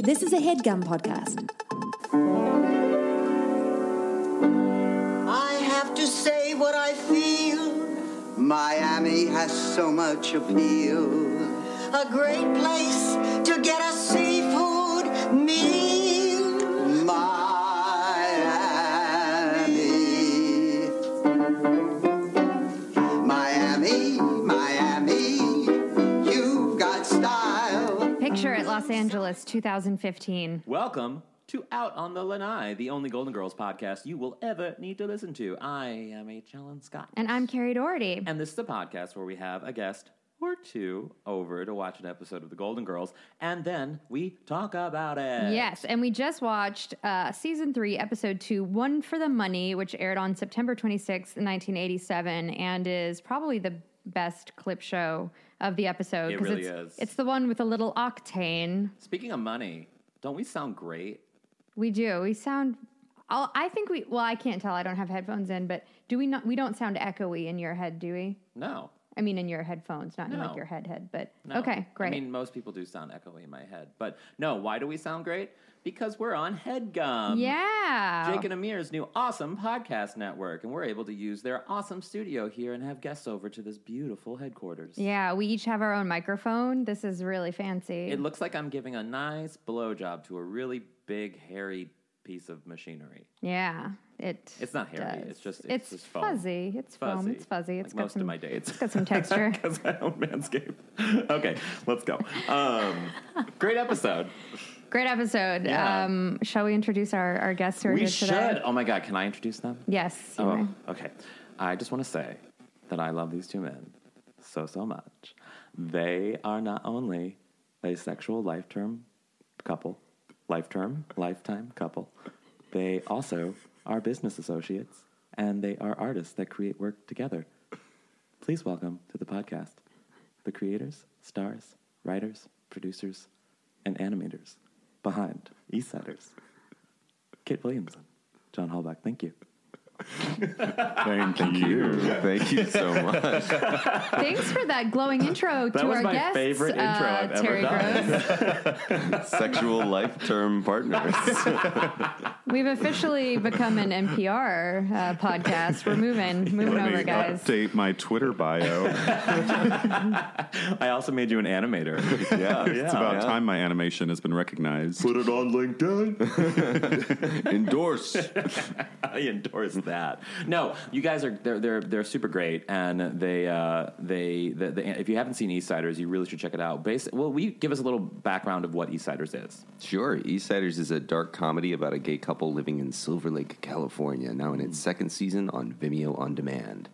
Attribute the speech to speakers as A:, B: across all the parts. A: This is a headgum podcast.
B: I have to say what I feel. Miami has so much appeal. A great place to get a seafood meal. Miami. Miami, Miami, you've got style.
C: Picture at Los Angeles 2015.
D: Welcome to Out on the Lanai, the only Golden Girls podcast you will ever need to listen to. I am H. Ellen Scott.
C: And I'm Carrie Doherty.
D: And this is the podcast where we have a guest or two over to watch an episode of the Golden Girls, and then we talk about it.
C: Yes, and we just watched uh, season three, episode two, One for the Money, which aired on September 26th, 1987, and is probably the best clip show of the episode.
D: It
C: 'cause
D: really
C: it's,
D: is.
C: It's the one with a little octane.
D: Speaking of money, don't we sound great?
C: We do. We sound. I'll, I think we. Well, I can't tell. I don't have headphones in, but do we not? We don't sound echoey in your head, do we?
D: No.
C: I mean, in your headphones, not in
D: No.
C: like your head head. But
D: No.
C: okay, great.
D: I mean, most people do sound echoey in my head. But no, why do we sound great? Because we're on HeadGum.
C: yeah.
D: Jake and Amir's new awesome podcast network, and we're able to use their awesome studio here and have guests over to this beautiful headquarters.
C: Yeah, we each have our own microphone. This is really fancy.
D: It looks like I'm giving a nice blowjob to a really big, hairy piece of machinery.
C: yeah, it.
D: It's not hairy,
C: does.
D: it's just- it's
C: it's,
D: just foam.
C: fuzzy. It's foam.
D: Fuzzy.
C: It's fuzzy. It's
D: like
C: got
D: most
C: some,
D: of my dates.
C: It's got some texture.
D: Because I own Manscaped. okay, let's go. Um, great episode.
C: Great episode.
D: Yeah.
C: Um, shall we introduce our, our guests who are
D: we
C: here
D: should.
C: today?
D: Oh my God, can I introduce them?
C: Yes. you
D: Oh,
C: may.
D: okay. I just want to say that I love these two men so, so much. They are not only a sexual life term couple, life term, lifetime couple, they also are business associates and they are artists that create work together. Please welcome to the podcast the creators, stars, writers, producers, and animators behind East Siders, Kit Williamson, John Hallback. Thank you.
E: Thank, you. Thank you so much.
C: Thanks for that glowing intro to
D: Oh. was
C: our
D: my
C: guests.
D: favorite intro
C: uh,
D: I've ever
C: Terry
D: done.
C: Gross.
E: Sexual life term partners.
C: We've officially become an NPR uh, podcast. We're moving, moving
E: Let me
C: over, guys.
E: Update my Twitter bio. yeah,
D: I also made you an animator.
E: it's about
D: yeah.
E: time my animation has been recognized. Put it on LinkedIn. Endorse.
D: I endorse that. No, you guys are they're they're, they're super great, and they uh, they the, the, if you haven't seen Eastsiders, you really should check it out. Base well, we give us a little background of what Eastsiders is.
F: Sure. Eastsiders is a dark comedy about a gay couple living in Silver Lake, California, now in
D: Hmm.
F: its second season on Vimeo On Demand.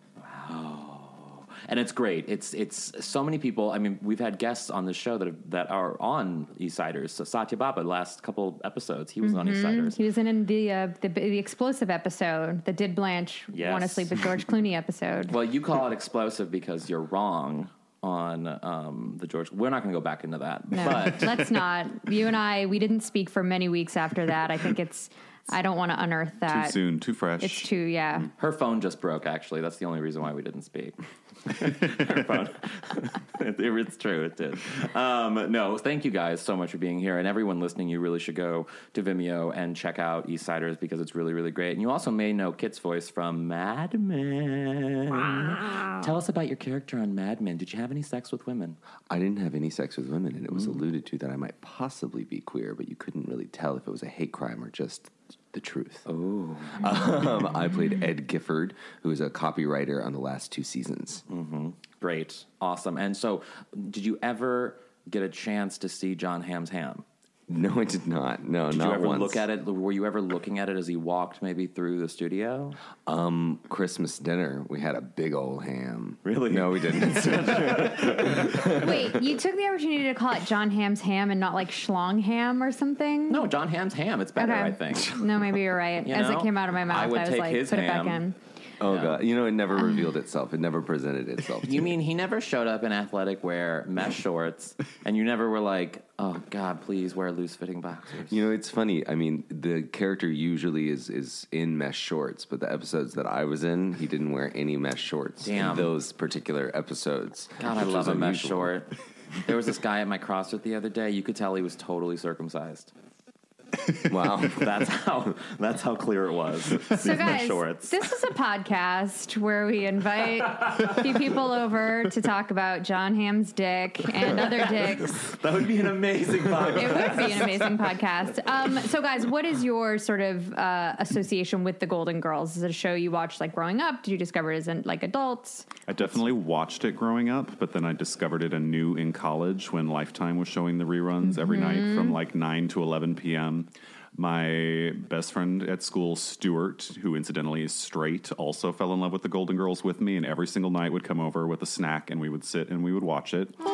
D: and it's great. It's it's so many people. I mean, we've had guests on the show that have, that are on Eastsiders. So Satya Baba, last couple episodes, he was on Eastsiders.
C: Mm-hmm. He was in the, uh, the the explosive episode, the Did Blanche want to
D: Yes.
C: sleep with George Clooney episode.
D: Well, you call it explosive because you're wrong on um, the George. We're not going to go back into that,
C: No,
D: but
C: let's not. You and I, we didn't speak for many weeks after that. I think it's. I don't want to unearth
E: Too
C: that.
E: soon, too fresh.
C: Uh, It's too. Yeah.
D: Her phone just broke, actually. That's the only reason why we didn't speak. Her phone. It- it's true, it did. Um, no, thank you guys so much for being here. And everyone listening, you really should go to Vimeo and check out Eastsiders because it's really, really great. And you also may know Kit's voice from Mad Men. Tell us about your character on Mad Men. Did you have any sex with women?
F: I didn't have any sex with women,
D: Hmm.
F: and it was alluded to that I might possibly be queer, but you couldn't really tell if it was a hate crime or just the truth. Oh. Um, I played Ed Gifford, who is a copywriter on the last two seasons.
D: Hmm. Great. Awesome. And so, did you ever get a chance to see John Ham's ham?
F: No, I did not. No,
D: Did
F: not
D: you ever
F: once.
D: look at it? Were you ever looking at it as he walked maybe through the studio?
F: Um, Christmas dinner, we had a big old ham.
D: Really?
F: No, we didn't.
C: Wait, you took the opportunity to call it John Ham's ham and not like Schlong ham or something?
D: No, John Ham's ham. It's better, I think.
C: No, maybe you're right.
D: You
C: As
D: know,
C: it came out of my mouth,
D: I
C: I,
D: would
C: was
D: take
C: like,
D: his
C: put it back
D: ham.
C: in.
F: oh god, you know, it never revealed itself. It never presented itself.
D: Um, You mean he never showed up in athletic wear, mesh shorts, and you never were like, "Oh God, please wear loose fitting boxers."
F: You know, it's funny. I mean, the character usually is is in mesh shorts, but the episodes that I was in, he didn't wear any mesh shorts
D: Damn.
F: in those particular episodes.
D: God, I
F: which
D: love
F: was
D: a mesh
F: unusual.
D: short. There was this guy at my CrossFit the other day. You could tell he was totally circumcised.
F: Wow.
D: That's how. That's how clear it was. These
C: So,
D: mesh
C: guys, this is a podcast where we invite a few people over to talk about John Ham's dick and other dicks.
D: That would be an amazing podcast.
C: It would be an amazing podcast. Um, so, guys, what is your sort of uh, association with the Golden Girls? Is it a show you watched like growing up? Did you discover it isn't like adults?
E: I definitely watched it growing up, but then I discovered it anew in college when Lifetime was showing the reruns every
D: Mm-hmm.
E: night from like 9 to 11 p.m. My best friend at school, Stuart, who incidentally is straight, also fell in love with the Golden Girls with me, and every single night would come over with a snack and we would sit and we would watch it.
D: what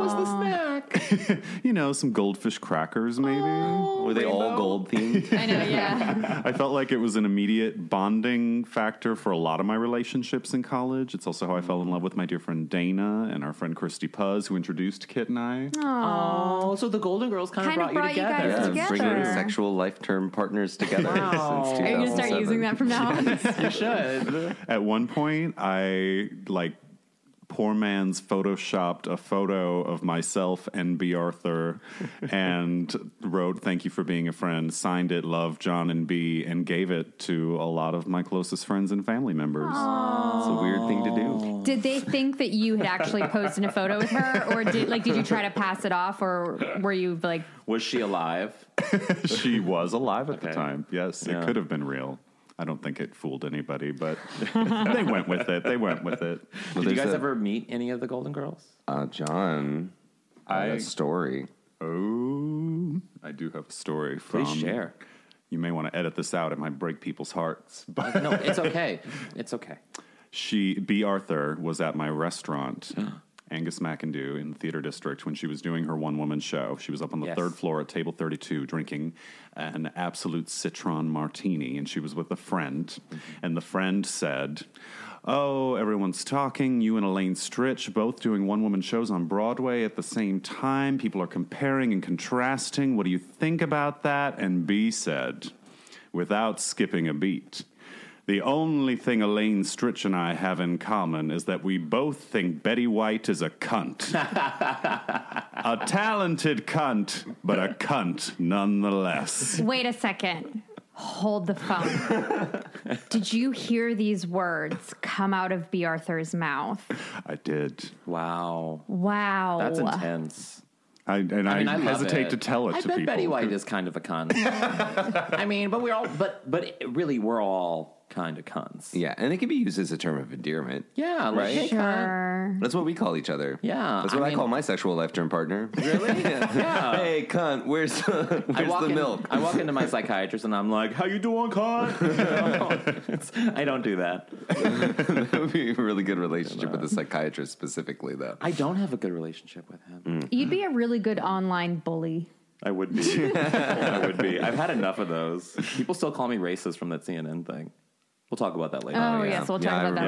D: was the snack?
E: You know, some goldfish crackers, maybe.
F: Were they all gold themed?
C: I know, yeah.
E: I felt like it was an immediate bonding factor for a lot of my relationships in college. It's also how I fell in love with my dear friend Dana and our friend Christy Puzz, who introduced Kit and I.
D: Oh, so the Golden Girls kind of
C: Kinda
D: brought,
C: brought
D: you
C: you guys
D: together.
C: Yeah.
F: Yeah,
C: together.
F: bringing sexual life term partners together since 2007.
C: Are you going to start using that from now on?
D: You should.
E: At one point, I like poor man's photoshopped a photo of myself and B. Arthur and wrote, Thank you for being a friend, signed it, Love John and B, and gave it to a lot of my closest friends and family members.
F: It's a weird thing to do.
C: Did they think that you had actually posted a photo with her, or did like did you try to pass it off, or were you like,
D: Was she alive?
E: she was alive at the
D: Okay.
E: time. Yes,
D: Yeah.
E: it could have been real. I don't think it fooled anybody, but they went with it. They went with it.
F: Well,
D: Did you
F: there's
D: guys
F: a-
D: ever meet any of the Golden Girls?
F: Uh, John, I
E: I-
F: a story.
E: Oh, I do have a story from.
D: Please share.
E: You may want to edit this out. It might break people's hearts. But
D: No, it's okay. It's okay.
E: she, B. Arthur, was at my restaurant, Angus McIndoo, in the theater district when she was doing her one woman show. She was up on the
D: Yes.
E: third floor at table 32 drinking an absolute citron martini, and she was with a friend. And the friend said, Oh, everyone's talking. You and Elaine Stritch both doing one woman shows on Broadway at the same time. People are comparing and contrasting. What do you think about that? And B said, without skipping a beat. The only thing Elaine Stritch and I have in common is that we both think Betty White is a cunt. a talented cunt, but a cunt nonetheless.
C: wait a second, hold the phone? did you hear these words come out of B. Arthur's mouth?
E: I did.
D: Wow.
C: Wow,
D: That's intense.
E: I, and I,
D: I mean, I love
E: hesitate
D: it.
E: to tell it
D: I
E: to
D: bet
E: people.
D: Betty White is kind of a cunt. I mean, but we're all, but but really, we're all kind of cunts.
F: Yeah, and it can be used as a term of endearment.
D: Yeah, like,
F: Right?
D: hey, cunt.
C: Sure.
F: That's what we call each other.
D: Yeah,
F: That's what
D: I
F: I,
D: mean-
F: call my sexual life term partner.
D: Really? Yeah.
F: Hey, cunt, where's, where's
D: I walk
F: the
D: in-
F: milk?
D: I walk into my psychiatrist and I'm like, "How you doing, cunt?" You know? It's- I don't do that.
F: That would be a really good relationship with a psychiatrist specifically, though.
D: I don't have a good relationship with him.
C: You'd be a really good online bully.
D: I would be. I would be. I've had enough of those. People still call me racist from that CNN thing. We'll talk about that later.
C: Oh,
F: yeah.
C: yes, we'll talk
F: Yeah, I
C: about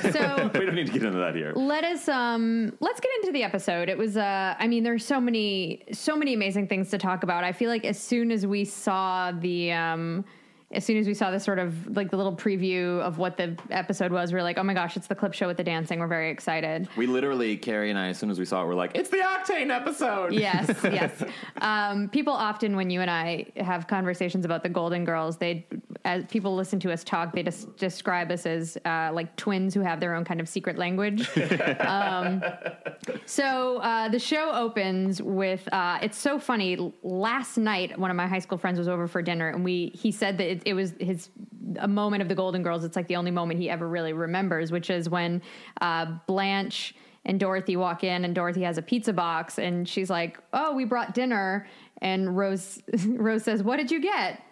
C: that later. So
D: We don't need to get into that here.
C: let us um let's get into the episode it was uh i mean there's so many so many amazing things to talk about i feel like as soon as we saw the um as soon as we saw the sort of like the little preview of what the episode was we are like oh my gosh it's the clip show with the dancing we're very excited
D: We literally, Carrie and I, as soon as we saw it, were like, "It's the Octane episode."
C: yes yes um, people often when you and i have conversations about the golden girls they as people listen to us talk, they just describe us as uh, like twins who have their own kind of secret language. So uh, the show opens with uh, it's so funny. L- Last night, one of my high school friends was over for dinner, and we he said that it, it was his a moment of the Golden Girls. It's like the only moment he ever really remembers, which is when uh, Blanche and Dorothy walk in, and Dorothy has a pizza box, and she's like, "Oh, we brought dinner," and Rose Rose says, "What did you get?"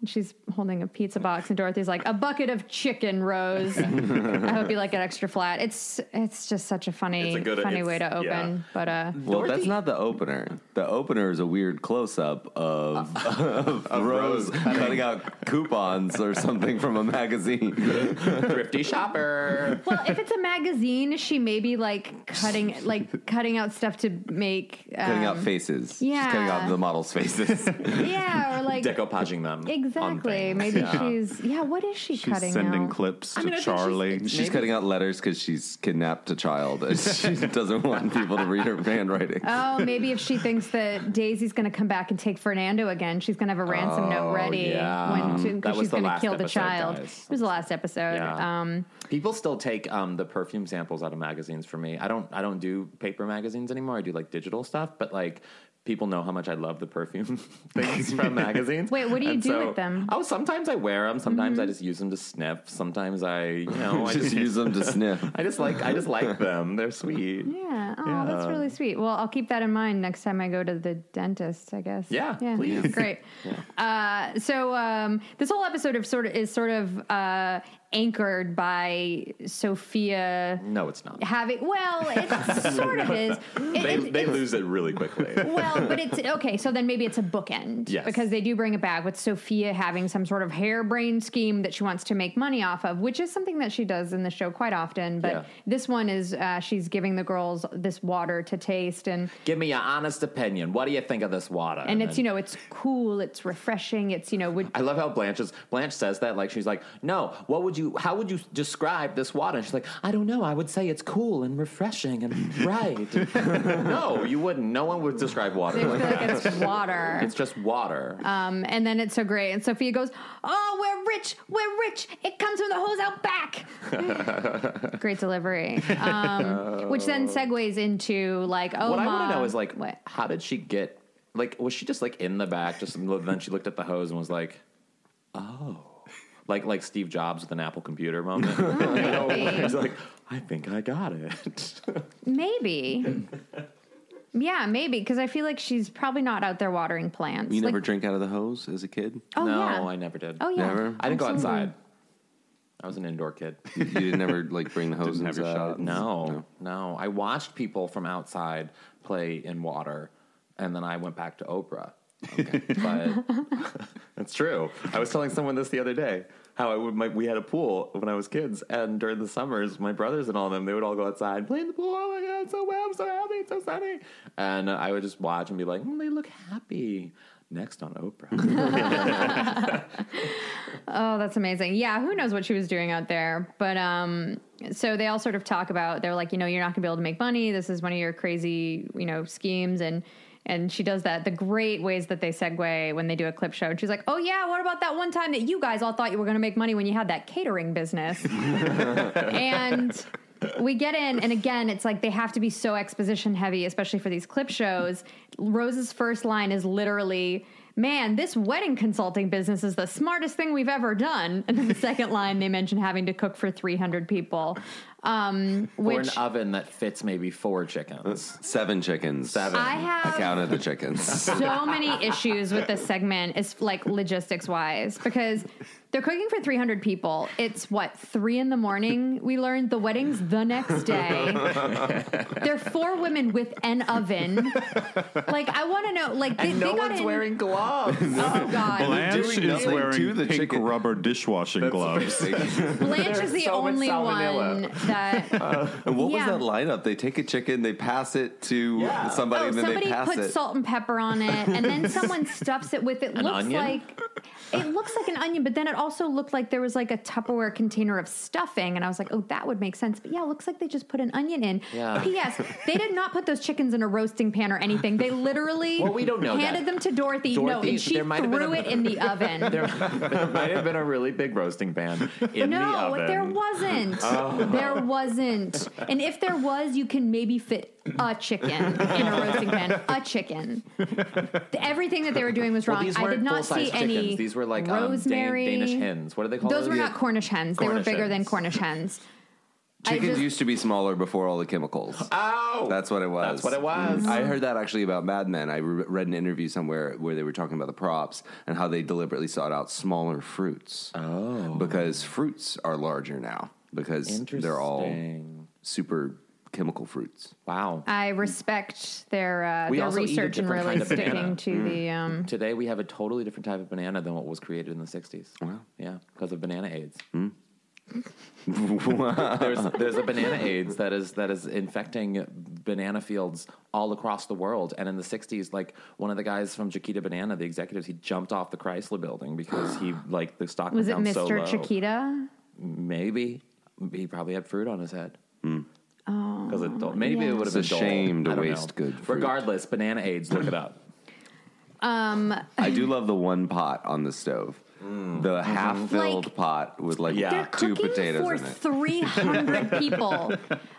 C: And She's holding a pizza box, and Dorothy's like, "A bucket of chicken, Rose." I hope you like it extra flat. It's it's just such a funny,
D: It's a good-
C: funny
D: it's-
C: way to open.
D: yeah.
C: But uh,
F: Well, that's not the opener. The opener is a weird close up of, of, Rose cutting out coupons or something from a magazine.
D: Thrifty shopper.
C: well, if it's a magazine, is she maybe like cutting like cutting out stuff to make um,
F: Cutting out faces. She's cutting out
C: yeah.
F: the models' faces.
C: Yeah, or like
D: Decoupaging them. on
C: exactly.
D: things.
C: Maybe
D: Yeah.
C: she's yeah. What is she
E: She's
C: cutting?
E: sending
C: now?
E: clips to
D: I mean, I think she's-
E: Charlie.
D: it's-
F: She's cutting out letters because she's kidnapped a child and she doesn't want people to read her handwriting.
C: Oh, maybe if she thinks that Daisy's going to come back and take Fernando again, she's going to have a ransom note ready
D: Oh, yeah.
C: when she,
D: That
C: 'cause
D: was
C: she's
D: the
C: going to
D: last
C: kill the
D: episode,
C: child.
D: guys.
C: It was the last episode.
D: Yeah.
C: Um,
D: People still take um, the perfume samples out of magazines for me. I don't. I don't do paper magazines anymore. I do like digital stuff. But like, people know how much I love the perfume things from magazines.
C: Wait, what do you do with them? Mm-hmm.
D: Oh, sometimes I wear them. Sometimes I just use them to sniff. Sometimes I, you know, I
F: Just
D: just
F: use them to sniff.
D: I just like. I just like them. They're sweet.
C: yeah. Oh, that's really sweet. Well, I'll keep that in mind next time I go to the dentist. I guess.
D: Yeah,
C: Yeah.
D: please.
C: Great. Uh, so um, this whole episode of sort of is sort of uh, anchored by Sophia
D: No, it's not.
C: having. Well, it sort of is. It-
D: They,
C: it-
D: they
C: it's-
D: lose it really quickly.
C: well, but it's okay. So then maybe it's a bookend
D: Yes.
C: because they do bring it back with Sophia having some sort of harebrained scheme that she wants to make money off of, which is something that she does in the show quite often. But
D: Yeah.
C: this one is uh, she's giving the girls this water to taste, and
D: Give me your honest opinion. What do you think of this water?
C: and it's
D: then-
C: you know it's cool, it's refreshing, it's you know would.
D: I love how Blanche is, Blanche says that like she's like, "No, what would you how would you describe this water?" And she's like, "I don't know. I would say it's cool and refreshing and bright." no, you wouldn't. No one would describe
C: They
D: water
C: feel
D: like
C: like
D: that.
C: it's water.
D: It's just water.
C: Um, and then it's so great. And Sophia goes, Oh, we're rich. We're rich. It comes from the hose out back. great delivery. Um, which then segues into like, Oh,
D: Oh. what I
C: want to
D: know is like
C: what?
D: how did she get like was she just like in the back just then she looked at the hose and was like, "Oh." Like like Steve Jobs with an Apple computer moment. You know,
C: maybe.
D: He's like, "I think I got it."
C: Maybe. yeah, maybe. Because I feel like she's probably not out there watering plants.
F: You
C: Like-
F: never drink out of the hose as a kid?
C: Oh,
D: no,
C: yeah.
D: I never did.
C: Oh, yeah.
F: Never?
D: I didn't go
C: Absolutely.
D: outside. I was an indoor kid.
F: You didn't never like bring the hose
E: Didn't have your
F: inside?
E: shot.
D: No, no. I watched people from outside play in water, and then I went back to Oprah. but it's true. I was telling someone this the other day. How I would, my, we had a pool when I was kids, and during the summers, my brothers and all them, they would all go outside and play in the pool. Oh my god, it's so warm, so happy, it's so sunny. And I would just watch and be like, mm, they look happy. Next on Oprah.
C: Oh, that's amazing. Yeah, who knows what she was doing out there. But um so they all sort of talk about they're like, you know, you're not going to be able to make money. This is one of your crazy, you know, schemes and and she does that the great ways that they segue when they do a clip show. And she's like, "Oh yeah, what about that one time that you guys all thought you were going to make money when you had that catering business?" and we get in, and again, it's like they have to be so exposition heavy, especially for these clip shows. Rose's first line is literally, Man, this wedding consulting business is the smartest thing we've ever done. And then the second line, they mention having to cook for 300 people. Um,
D: or an
C: which
D: oven that fits maybe four chickens.
F: Seven chickens. Seven.
C: I have-
F: I counted the chickens.
C: so many issues with this segment is like logistics wise because they're cooking for 300 people. It's what, three in the morning? We learned the wedding's the next day. they're four women with an oven. Like, I want to know, like, they,
D: And no
C: they got
D: one's
C: in-
D: wearing gloves.
C: Oh, God.
E: Blanche
F: doing
E: is
F: nothing to
E: wearing
F: the
E: pink
F: chicken.
E: rubber dishwashing gloves.
C: Blanche is the
D: so much
C: only one
D: salmonella.
C: that.
F: And what
C: Yeah.
F: was that lineup? They take a chicken, they pass it to
D: Yeah.
F: somebody,
C: Oh,
F: and then
C: somebody
F: they pass
C: puts
F: it.
C: salt and pepper on it, and then someone stuffs it with it. looks
D: onion?
C: like it looks like an onion, but then it also looked like there was like a Tupperware container of stuffing, and I was like, oh, that would make sense. But yeah, it looks like they just put an onion in.
D: Yeah.
C: P.S. They did not put those chickens in a roasting pan or anything. They literally
D: Well, we don't know
C: handed
D: that.
C: them to Dorothy. no,
D: Dorothy-
C: and she
D: there might have been
C: threw
D: a-
C: it in the oven.
D: There, there might have been a really big roasting pan in the
C: no,
D: oven. Oh.
C: there wasn't. There wasn't. And if there was, you can maybe fit a chicken in a roasting pan. A chicken. Everything that they were doing was
D: Well,
C: wrong.
D: these
C: I
D: weren't
C: did not
D: full-size
C: see any.
D: chickens. These were like um, Dan-
C: rosemary.
D: Danish hens. What do they call
C: Those
D: those?
C: were not Cornish hens. They were
D: Cornish
C: bigger than
D: hens.
C: Cornish hens. I
F: Chickens
C: just-
F: used to be smaller before all the chemicals.
D: Ow!
F: That's what it was.
D: Oh.
F: Mm.
D: That's what it was.
F: I heard that actually about Mad Men. I re- read an interview somewhere where they were talking about the props and how they deliberately sought out smaller fruits. Oh. Because fruits are larger now because they're all
D: Interesting.
F: super chemical fruits.
D: Wow.
C: I respect their uh,
D: We
C: their
D: also eat a
C: research and
D: different
C: really
D: kind of
C: sticking
D: banana. Mm.
C: to the. Um,
D: Today we have a totally different type of banana than what was created in the 60s. Wow. Yeah, because of banana AIDS.
F: Hmm.
D: there's there's a banana AIDS that is that is infecting banana fields all across the world. And in the 60s, like one of the guys from Chiquita Banana, the executives, he jumped off the Chrysler building because he like the stock
C: was it
D: down so
C: Mr.
D: low.
C: Chiquita?
D: Maybe he probably had fruit on his head.
C: Oh,
D: Because it dulled. maybe it would have
F: Hmm. It's a
D: been dull.
F: shame to
D: I don't
F: waste
D: know.
F: good fruit.
D: Regardless, banana AIDS. Look it up.
F: I do love the one pot on the stove. The half filled
C: Like-
F: pot with like
D: Yeah.
C: They're
F: Uh, two
C: cooking
F: potatoes
C: for
F: in it.
C: 300 people.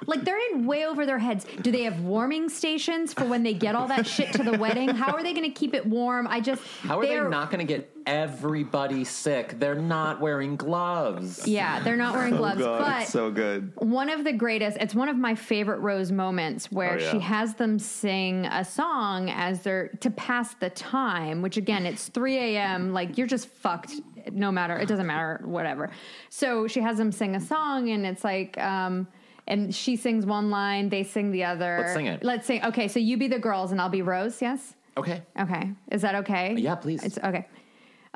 C: Like, they're in way over their heads. Do they have warming stations for when they get all that shit to the wedding? How are they going to keep it warm? I just.
D: How are they
C: they're-
D: not going to get everybody sick? They're not wearing gloves.
C: Yeah, they're not
F: Oh,
C: wearing gloves. but
F: good.
C: one of the greatest it's one of my favorite rose moments where
E: Oh, yeah.
C: she has them sing a song as they're to pass the time which again it's 3 a.m like you're just fucked no matter it doesn't matter whatever so she has them sing a song and it's like um and she sings one line they sing the other
D: Let's sing it.
C: let's sing okay so you be the girls and i'll be rose yes
D: Okay.
C: okay is that okay
D: Yeah, please.
C: it's okay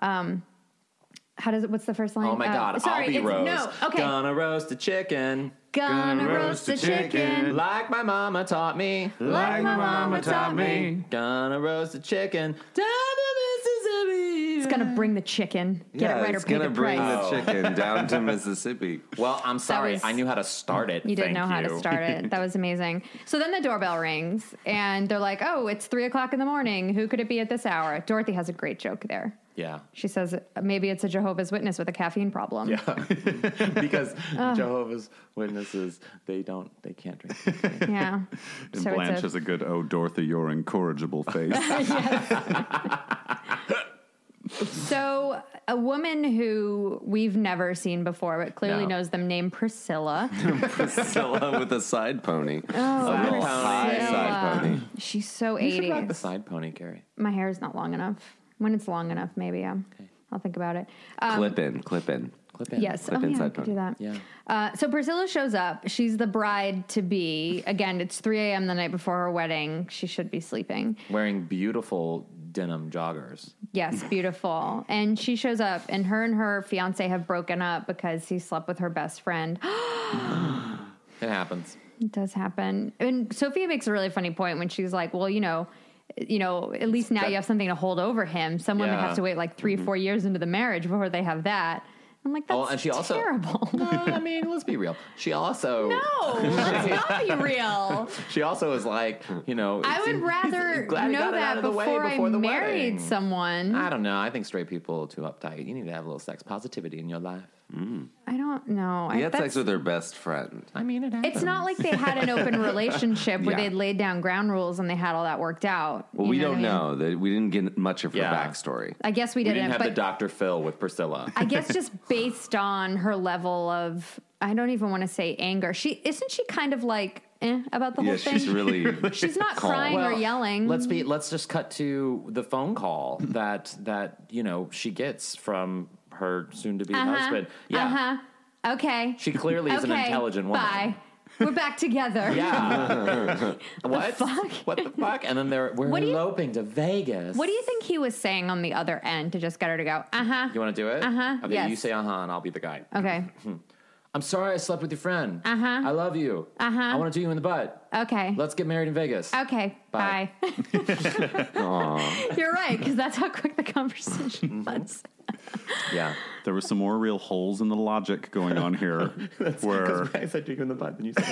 C: um how does it what's the first line
D: Oh my
C: Uh,
D: God!
C: sorry
D: I'll be
C: it's
D: Rose.
C: no okay
D: Gonna roast a chicken
C: Gonna, roast a chicken,
D: like my mama taught me.
C: like my mama taught me.
D: Gonna roast a chicken down the Mississippi.
C: It's gonna bring the chicken. Get
F: yeah,
C: it right or
F: it's
C: pay the
F: gonna bring
C: price.
F: the chicken down to Mississippi.
D: Well, I'm sorry.
C: was-
D: I knew how to start it.
C: You didn't
D: Thank
C: know how to
D: you.
C: start it. That was amazing. So then the doorbell rings, and they're like, "Oh, it's three o'clock in the morning. Who could it be at this hour?" Dorothy has a great joke there.
D: Yeah.
C: She says, "Maybe it's a Jehovah's Witness with a caffeine problem."
D: because
C: Uh.
D: Jehovah's Witnesses, they don't, they can't drink.
C: Yeah.
E: And
C: So it's
E: Blanche
C: a-
E: has a good, oh, Dorothy, your incorrigible face.
C: So, a woman who we've never seen before, but clearly
D: No.
C: knows them, named Priscilla.
F: Priscilla with a side pony.
C: Oh, uh,
F: a real high side pony.
C: She's so
D: You should rock the
C: 80s.
D: side pony, Carrie.
C: My hair is not long enough. When it's long enough, maybe um, I'll think about it.
F: clip in, clip in.
D: Clip in.
C: Yes.
F: Clip
C: oh, yeah, I
F: inside
C: could
F: button.
C: do that.
D: Yeah.
C: Uh, so Priscilla shows up. She's the bride to be. Again, it's 3 a.m. the night before her wedding. She should be sleeping.
D: Wearing beautiful denim joggers.
C: Yes, beautiful. And she shows up, and her and her fiance have broken up because he slept with her best friend.
D: It happens.
C: it does happen. And Sophia makes a really funny point when she's like, well, you know, you know, at least now you have something to hold over him. Some women
D: Yeah. Mm-hmm.
C: have to wait like 3 4 years into the marriage before they have that. I'm like, that's
D: Oh, and she also-
C: terrible.
D: No, I mean, let's be real. She also.
C: no, let's not be real.
D: She also is like, you know.
C: I
D: it's-
C: would rather
D: glad he
C: know
D: got it out
C: that
D: of the way
C: before,
D: before
C: I
D: the
C: married
D: wedding.
C: someone.
D: I
C: I,
D: don't know. I think straight people are too uptight. You need to have a little sex positivity in your life.
C: don't know.
F: He
C: I,
F: had sex
C: that's-
F: with her best friend.
D: I mean, it happens.
C: it's not like they had an open relationship where
F: Yeah.
C: they'd laid down ground rules and they had all that worked out.
F: Well,
C: You
F: we
C: what
F: don't
C: I mean?
F: know that we didn't get much of her
D: Yeah.
F: backstory.
C: I guess we
D: We
C: didn't,
D: didn't have the
C: but
D: Dr. Phil with Priscilla.
C: I guess just based on her level of, I don't even want to say anger. She isn't she kind of like eh about the
F: Yeah,
C: whole thing.
F: she's really.
C: She's not
F: calm.
C: crying or
D: Well,
C: yelling.
D: Let's be. Let's just cut to the phone call that that you know she gets from her soon-to-be husband. Yeah,
C: Uh huh. Okay.
D: she clearly is an
C: Uh-huh. okay.
D: intelligent woman.
C: Bye. We're back together.
D: Yeah. what?
C: fuck?
D: What the fuck? And then they're we're
C: What do you-
D: eloping to Vegas.
C: What do you think he was saying on the other end to just get her to go, uh huh?
D: You want to do it?
C: Uh-huh,
D: Okay,
C: yes.
D: you say uh huh, and I'll be the guy.
C: Okay.
D: I'm sorry I slept with your friend.
C: Uh-huh.
D: I love you.
C: Uh-huh.
D: I want to do you in the butt.
C: Okay.
D: Let's get married in Vegas.
C: okay.
D: Bye.
C: Bye. You're right, because that's how quick the conversation was.
D: Yeah.
E: There were some more real holes in the logic going on here, where
D: I said you in the butt, and you said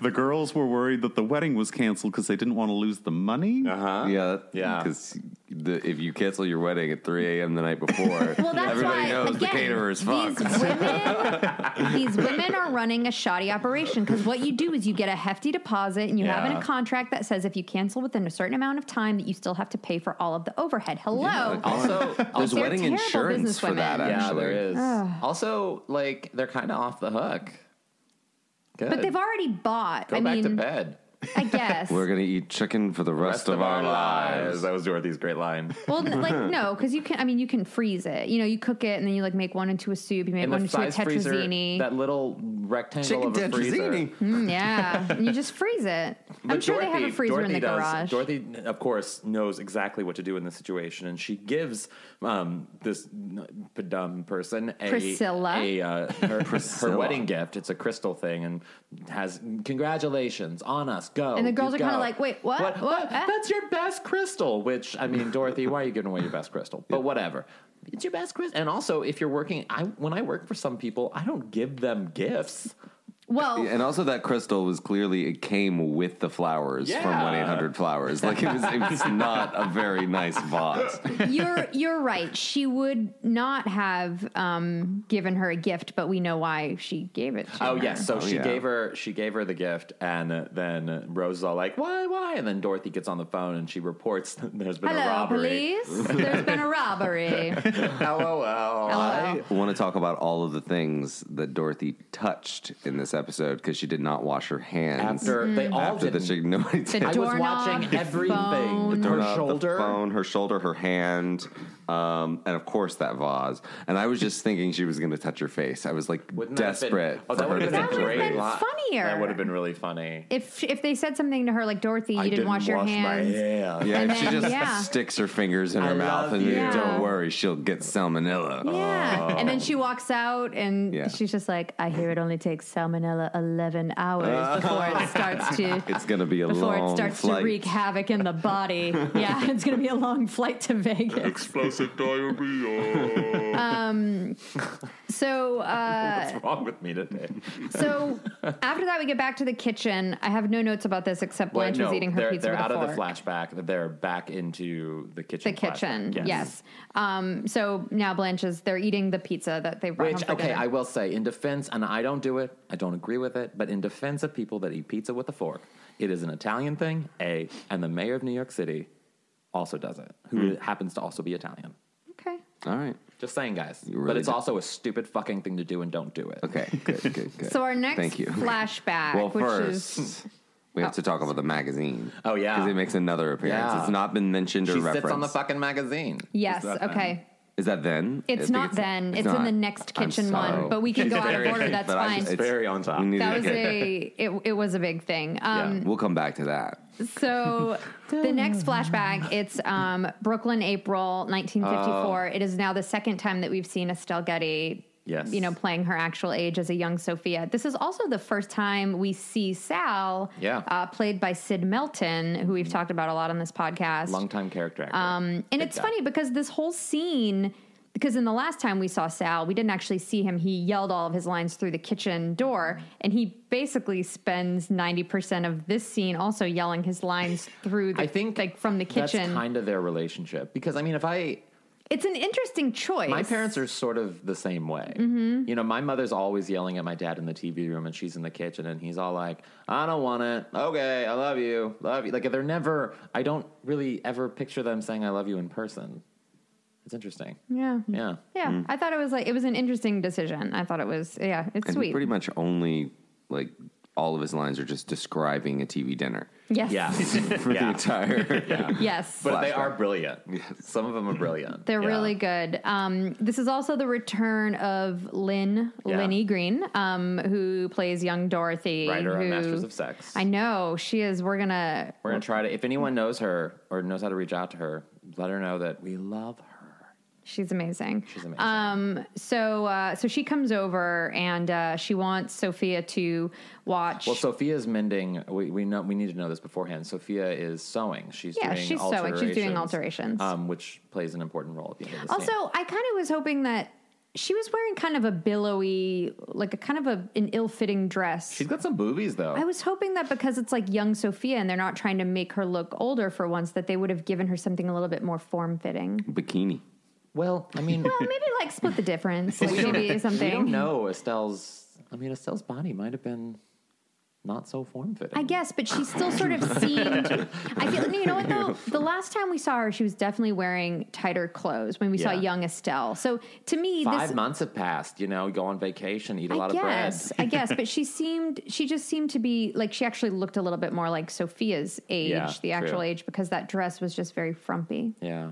E: the girls were worried that the wedding was canceled because they didn't want to lose the money.
F: Yeah, that-
D: Yeah.
F: Because the, if you cancel your wedding at 3 a.m. the night before,
C: Well, that's
F: everybody
C: why
F: knows
C: again,
F: the caterer is fucked.
C: These women, these women are running a shoddy operation because what you do is you get a hefty deposit and you have in
E: Yeah.
C: a contract that says if you cancel within a certain amount of time that you still have to pay for all of the overhead. Hello.
D: also,
F: There's
C: They're
F: wedding
C: terrible
F: insurance for
C: businesswomen.
F: that,
C: Yeah,
D: yeah,
F: actually.
D: there is. also, like they're kind of off the hook. Good.
C: But they've already bought.
D: go
C: I
D: back
C: mean,
D: to bed.
C: I guess.
F: We're going to eat chicken for the
D: Rest
F: rest,
D: of our lives. That was Dorothy's great line.
C: well, n- like no, because you can. I mean, you can freeze it. You know, you cook it and then you like make one into a soup. You make
D: In
C: one
D: the
C: into a
D: size freezer,
C: tetrazzini.
D: that little rectangle
F: Chicken
D: of a freezer.
F: tetrazzini.
C: Mm, yeah, and you just freeze it. I'm
D: But
C: sure they have a
D: Dorothy-
C: freezer in
D: Dorothy
C: the
D: does-
C: garage.
D: Dorothy, of course, knows exactly what to do in this situation, and she gives um, this n- dumb person a
C: Priscilla.
D: a uh, her, her wedding gift. It's a crystal thing, and has congratulations on us. Go.
C: And the girls
D: you
C: are kinda
D: go."
C: like, "Wait, what?
D: What?
C: What? Eh?"
D: That's your best crystal." Which I mean, Dorothy, why are you giving away your best crystal? But whatever. It's your best crystal. And also, if you're working, I when I work for some people, I don't give them gifts.
C: Well,
F: And also, that crystal was clearly it came with the flowers from
D: Yeah.
F: one eight hundred flowers. Like it was, it was not a very nice box.
C: you're you're right. She would not have um, given her a gift, but we know why she gave it. To
D: Oh
C: her.
D: yes, so she
F: yeah.
D: gave her she gave her the gift, and uh, then uh, Rose is all like, "Why, why?" And then Dorothy gets on the phone and she reports that there's been a
C: Hello,
D: robbery.
C: police. There's been a robbery.
D: LOL. I-
F: I want to talk about all of the things that Dorothy touched in this episode because she did not wash her hands
D: After they all
F: after
D: did
F: the she nobody
C: The
F: did.
D: I was
C: Doorknob,
D: watching
C: Mm-hmm. the
D: everything.
C: phone.
F: Thrown
D: Her
F: up, the
D: shoulder.
F: phone, her shoulder, her hand, um, and of course that vase. And I was just thinking she was going to touch her face. I was like
D: Wouldn't that have been-
F: desperate
D: oh, that
F: for her
D: would
F: to
D: have been,
F: touch
C: That
D: a
F: her
C: would've
D: great
F: face.
C: been
D: lot.
C: funnier.
D: That would have been really funny.
C: if if they said something to her like Dorothy, you didn't, wash your hands.
F: Yeah,
C: And
F: she
C: then-
F: just
C: yeah.
F: sticks her fingers in her
D: I
F: mouth,
D: love
F: and
D: you.
F: then,
C: Yeah.
F: don't worry, she'll get salmonella.
C: Yeah, and then she
D: Oh.
C: walks out, and
F: Yeah.
C: she's just like, "I hear it only takes salmonella eleven
D: Uh.
C: hours before it starts to
F: It's gonna be a
C: before
F: long
C: it starts
F: flight.
C: to wreak havoc in the body. yeah, it's gonna be a long flight to Vegas.
E: Explosive diarrhea.
C: Um, So, uh,
D: What's wrong with me today?
C: so after that, we get back to the kitchen. I have no notes about this except
D: Well,
C: Blanche
D: no,
C: was eating her
D: they're,
C: pizza
D: They're
C: with
D: out
C: a fork.
D: of the flashback. They're back into the kitchen.
C: The kitchen,
D: flashback.
C: yes. Um, so now Blanche is they're eating the pizza that they brought home
D: Which,
C: for
D: okay,
C: dinner.
D: I will say, in defense, and I don't do it, I don't agree with it, but in defense of people that eat pizza with a fork, it is an Italian thing, A, and the mayor of New York City also does it, who happens to also be Italian.
C: okay.
F: All right.
D: Just saying, guys. but
F: really
D: it's
F: do-
D: also a stupid fucking thing to do, and don't do it.
F: Okay. Good. Good. Good.
C: So our next
F: Thank you.
C: flashback,
F: well,
C: which
F: first.
C: is
F: We have to talk about the magazine.
D: Oh, yeah.
F: because it makes another appearance.
D: Yeah.
F: It's not been mentioned or
D: She
F: referenced.
D: sits on the fucking magazine.
C: yes,
E: that
C: okay.
F: Is that then? I
C: It's
F: think
C: not then. It's, in
F: not.
C: the next
F: I'm
C: kitchen
F: sorry.
C: one, but we can go out of order. That's
F: but I
C: fine.
F: just- it's-
D: very on top.
F: we need
C: that
F: to
C: was
F: get-
C: a it, it was a big thing. Um,
F: We'll come back to that.
C: So the next flashback, it's um, Brooklyn, April 1954. it is now the second time that we've seen Estelle Getty.
D: Yes.
C: You know, playing her actual age as a young Sophia. This is also the first time we see Sal,
D: Yeah.
C: uh, played by Sid Melton, who we've talked about a lot on this podcast.
D: Longtime character actor.
C: And it's
D: guy.
C: funny because this whole scene, because in the last time we saw Sal, we didn't actually see him. He yelled all of his lines through the kitchen door, and he basically spends ninety percent of this scene also yelling his lines through. The,
D: I think
C: like from the kitchen.
D: That's kind of their relationship. Because, I mean, if I
C: it's an interesting choice.
D: My parents are sort of the same way.
C: Mm-hmm.
D: You know, my mother's always yelling at my dad in the TV room, and she's in the kitchen, and he's all like, "I don't want it. Okay, I love you, love you." Like they're never. I don't really ever picture them saying "I love you" in person. It's interesting.
C: Yeah.
D: Yeah.
C: Yeah, I thought it was like it was an interesting decision. I thought it was yeah, it's
F: And he
C: sweet.
F: pretty much only like all of his lines are just describing a TV dinner
C: yes.
D: Yeah.
F: for the entire.
C: Yes.
D: But they are brilliant. Some of them are brilliant.
C: They're
D: Yeah.
C: really good. Um, this is also the return of Lynn
D: Yeah.
C: Lenny Green, um, who plays young Dorothy.
D: Writer on
C: who-
D: Masters of Sex.
C: I know she is. We're gonna.
D: We're gonna try to. If anyone knows her or knows how to reach out to her, let her know that we love her.
C: She's amazing. She's
D: amazing.
C: Um, so uh, so she comes over and uh, she wants Sophia to watch.
D: Well, Sophia's mending. We, we know we need to know this beforehand. Sophia is sewing. She's
C: Yeah,
D: doing
C: she's sewing.
D: alterations,
C: She's doing alterations.
D: um, which plays an important role at the end of the
C: also,
D: scene.
C: I kind of was hoping that she was wearing kind of a billowy, like a kind of a, an ill-fitting dress.
D: she's got some boobies though.
C: I was hoping that because it's like young Sophia and they're not trying to make her look older for once, that they would have given her something a little bit more form-fitting.
F: Bikini.
D: well, I mean,
C: Well, maybe like split the difference. Like
D: we don't-
C: maybe
D: we don't
C: something.
D: know Estelle's. I mean, Estelle's body might have been not so form
C: I
D: fitting.
C: guess, but she still sort of seemed. I feel you know what though. The last time we saw her, she was definitely wearing tighter clothes when we saw
D: Yeah.
C: young Estelle. So to me,
D: Five
C: this
D: months have passed. You know, you go on vacation, eat a
C: I
D: lot
C: guess,
D: of
C: I guess, but she seemed. She just seemed to be like she actually looked a little bit more like Sophia's age,
D: Yeah,
C: the actual
D: true.
C: age, because that dress was just very frumpy.
D: bread. Yeah.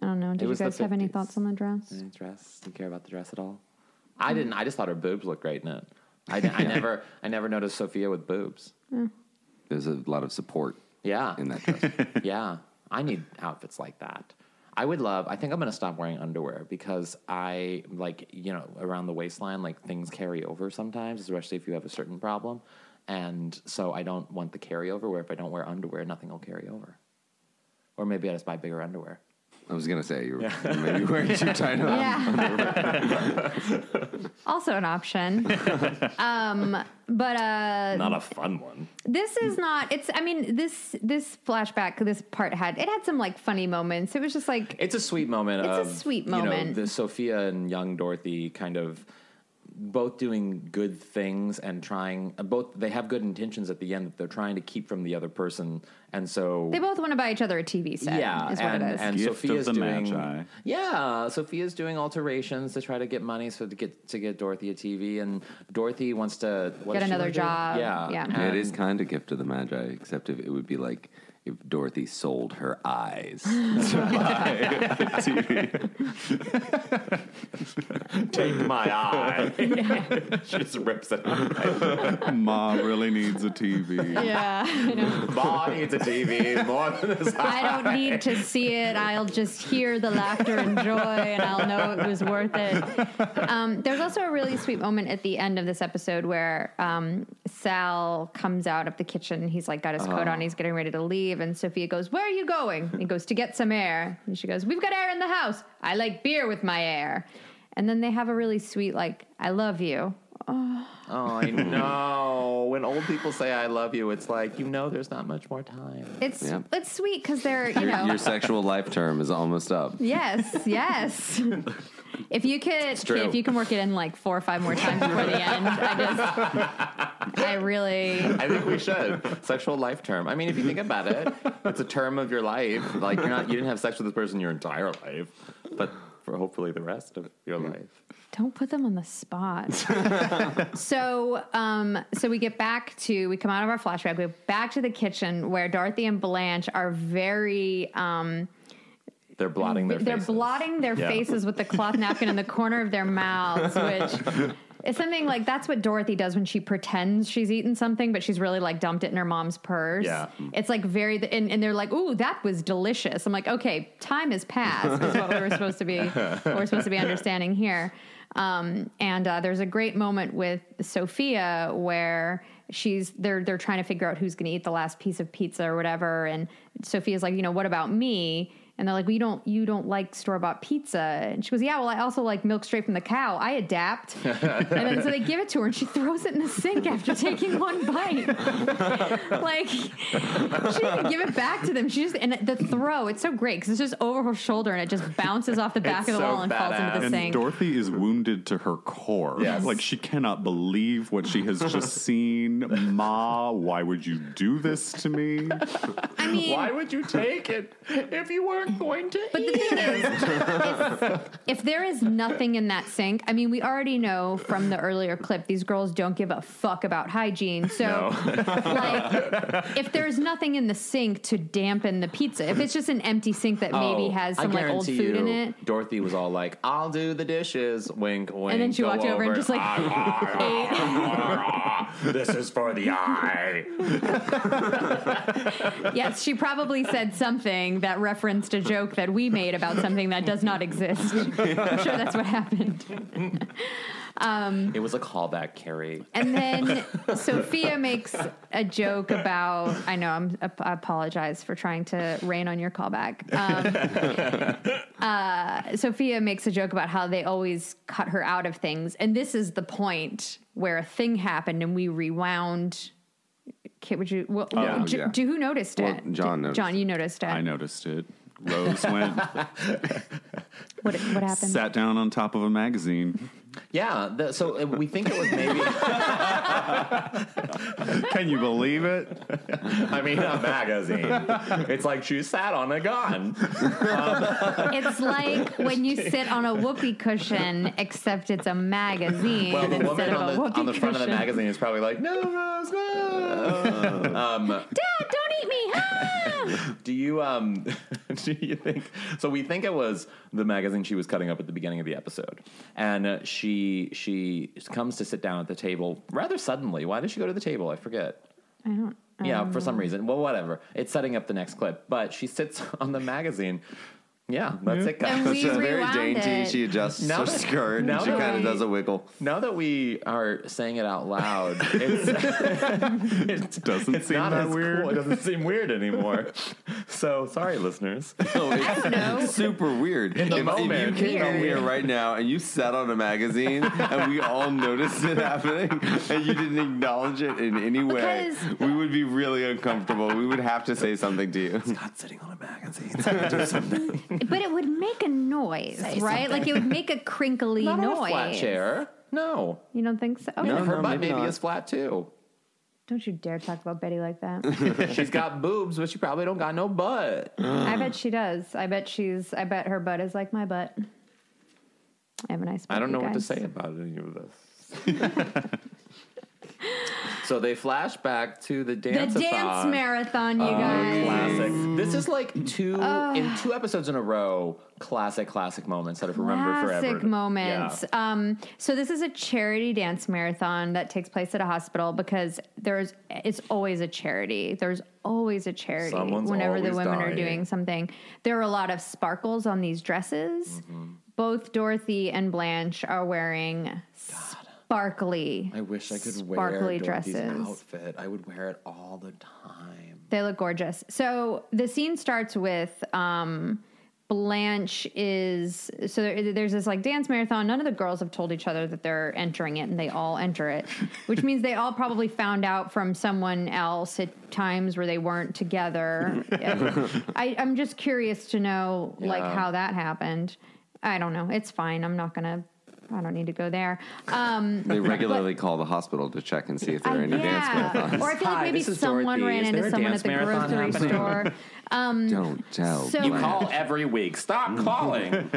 C: I don't know. Did you
D: was the
C: guys have any
D: 50s.
C: thoughts on the dress?
D: Any dress? Do you care about the dress at all? I didn't. I just thought her boobs looked great in it. I, I never, I never noticed Sophia with boobs.
F: There's a lot of support
D: Yeah,
F: in that dress.
D: yeah. I need outfits like that. I would love. I think I'm gonna stop wearing underwear because I like you know around the waistline like things carry over sometimes, especially if you have a certain problem, and so I don't want the carryover. Where if I don't wear underwear, nothing will carry over. Or maybe I just buy bigger underwear.
F: I was gonna say you're maybe wearing too tight. of-
C: Yeah. also an option. um, but uh,
D: Not a fun one.
C: this is not. It's. I mean, this this flashback. This part had. It had some like funny moments. It was just like.
D: It's a sweet moment.
C: It's a
D: of,
C: sweet
D: You know,
C: moment.
D: the Sophia and young Dorothy kind of both doing good things and trying. uh, Both they have good intentions at the end that they're trying to keep from the other person, and so
C: they both want to buy each other a TV set.
D: yeah,
C: is what
D: and,
C: it is.
D: and
E: Gift of
D: Sophia's
E: the
D: doing
E: Magi.
D: yeah, Sophia's doing alterations to try to get money so to get to get Dorothy a TV, and Dorothy wants to what
C: Get
D: does she
C: another
D: wanna do?
C: job.
D: Yeah,
C: Yeah.
F: Yeah, it is kind of gift of the magi, except if it would be like if Dorothy sold her eyes.
D: Take my eye. she just rips it.
E: Ma really needs a TV.
C: yeah, I know.
D: Ma needs a TV more than this.
C: I don't need to see it. I'll just hear the laughter and joy, and I'll know it was worth it. Um, there's also a really sweet moment at the end of this episode where um, Sal comes out of the kitchen. He's like got his coat on. He's getting ready to leave, and Sophia goes, "Where are you going?" And he goes to get some air, and she goes, "We've got air in the house. I like beer with my air." And then they have a really sweet like, "I love you."
D: Oh, I know. when old people say "I love you," it's like you know there's not much more time.
C: It's
F: Yeah.
C: it's sweet because they're you know
F: Your sexual life term is almost up.
C: Yes, yes. If you could, Kate, if you can work it in like four or five more times before the end, I just, I really,
D: I think we should sexual life term. I mean, if you think about it, it's a term of your life. Like you're not you didn't have sex with this person your entire life, but for hopefully the rest of your life.
C: don't put them on the spot. so, um, so we get back to, we come out of our flashback, we go back to the kitchen where Dorothy and Blanche are very, um,
D: They're blotting their
C: they're
D: faces.
C: blotting their
D: Yeah.
C: faces with the cloth napkin in the corner of their mouths, which is something like that's what Dorothy does when she pretends she's eaten something, but she's really like dumped it in her mom's purse.
D: Yeah.
C: It's like very, and, and they're like, ooh, that was delicious. I'm like, okay, time has passed, is what we were supposed to be, what we're supposed to be understanding here. Um, and uh, there's a great moment with Sophia where she's they're they're trying to figure out who's going to eat the last piece of pizza or whatever, and Sophia's like, you know, what about me? And they're like, well, you don't you don't like store bought pizza, and she goes, yeah, well, I also like milk straight from the cow. I adapt, and then so they give it to her, and she throws it in the sink after taking one bite. like she didn't give it back to them. She just and the throw, it's so great because it's just over her shoulder and it just bounces off the back
D: It's
C: of the
D: so
C: wall and falls into the
E: And
C: sink.
E: Dorothy is wounded to her core.
D: Yes.
E: Like she cannot believe what she has just seen. Ma, why would you do this to me?
C: I mean,
D: Why would you take it if you weren't going to
C: But the thing is, if, if there is nothing in that sink, I mean, we already know from the earlier clip these girls don't give a fuck about hygiene. So, like, if there's nothing in the sink to dampen the pizza, if it's just an empty sink that maybe
D: Oh,
C: has
D: I
C: some like old
D: guarantee
C: food in
D: you,
C: it,
D: Dorothy was all like, "I'll do the dishes." Wink, wink.
C: and then she
D: go Ah,
C: walked over and just like ate.
D: "This is for the eye."
C: yes, she probably said something that referenced just a joke that we made about something that does not exist. I'm sure that's what happened.
D: It was a callback, Carrie.
C: And then Sophia makes a joke about. I know I'm, I apologize for trying to rain on your callback. Um, uh, Sophia makes a joke about how they always cut her out of things, and this is the point where a thing happened and we rewound. Kit, would you? Well,
F: Oh,
C: do,
F: yeah.
C: do who noticed
F: Well,
C: it?
F: John
C: Do-
F: noticed
C: John, you noticed it.
E: I noticed it. Rose went,
C: What, what happened?
E: sat down on top of a magazine.
D: Yeah. The, so uh, we think it was maybe.
E: Can you believe it?
D: I mean, a magazine. It's like she sat on a gun.
C: It's like when you sit on a whoopee cushion, except it's a magazine
D: Well, the
C: instead
D: woman
C: of
D: on
C: a
D: the,
C: whoopee
D: on the front of the
C: cushion.
D: magazine is probably like, "No, Rose, no." um,
C: Dad, don't eat me! Ah!
D: do you um, do you think? So we think it was the magazine she was cutting up at the beginning of the episode, and uh, she she comes to sit down at the table rather suddenly. Why did she go to the table? I forget.
C: I don't.
D: Yeah, for some reason. Well, whatever. It's setting up the next clip, but she sits on the magazine. Yeah, that's it, guys.
C: And we
F: She's very
C: rewound
F: dainty.
C: it.
F: She adjusts
D: Now
F: her
D: that-
F: skirt. and
D: now
F: she
D: that
F: kind
C: we-
F: of does a wiggle.
D: Now that we are saying it out loud, it's, it
E: Doesn't
D: it's
E: seem
D: not
E: that
D: as
E: weird.
D: Cool. It doesn't seem weird anymore. so sorry, listeners.
C: I don't know.
F: Super weird. In
D: the
F: if,
D: moment.
F: if you came
C: Weird.
F: here right now and you sat on a magazine and we all noticed it happening and you didn't acknowledge it in any way,
C: Because-
F: we would be really uncomfortable. We would have to say something to you.
D: not sitting on a magazine.
C: But it would make a noise, right? Like it would make a crinkly
D: not on
C: noise.
D: a flat chair. No,
C: You don't think so? Okay.
D: and her
F: no,
D: butt
F: maybe
D: maybe
F: not.
D: is flat too.
C: Don't you dare talk about Betty like that.
D: She's got boobs, but she probably don't got no butt.
C: I bet she does. I bet she's. I bet her butt is like my butt. I have a nice. Butt,
D: I don't
C: you
D: know what to
C: guys.
D: say about any of this. so they flash back to the
C: The
D: dance.
C: dance marathon, you guys.
D: Oh, Classic. This is like two in two episodes in a row. Classic, classic moments that I've remembered forever.
C: Classic moments. Um, so this is a charity dance marathon that takes place at a hospital because there's it's always a charity. There's always a charity
D: Someone's
C: whenever the
D: always
C: women are
D: dying.
C: doing something. There are a lot of sparkles on these dresses.
D: Mm-hmm.
C: Both Dorothy and Blanche are wearing sparkly.
D: I wish I could
C: sparkly
D: wear Dorothy's
C: dresses.
D: outfit. I would wear it all the time.
C: They look gorgeous. So the scene starts with um, Blanche is so there, there's this like dance marathon. None of the girls have told each other that they're entering it, and they all enter it, which means they all probably found out from someone else at times where they weren't together. I, I'm just curious to know like
D: Yeah.
C: how that happened. I don't know. It's fine. I'm not gonna. I don't need to go there. Um,
F: They regularly call the hospital to check and see if there are
C: I-
F: any dance marathons.
C: Or I feel like
D: Hi,
C: maybe
D: this is
C: someone
D: Dorothy.
C: ran
D: Is
C: into
D: there a
C: someone at
D: dance
C: the
D: marathon
C: grocery
D: happening?
C: store.
F: Don't tell.
C: So-
F: Glenn.
D: Call every week. Stop calling.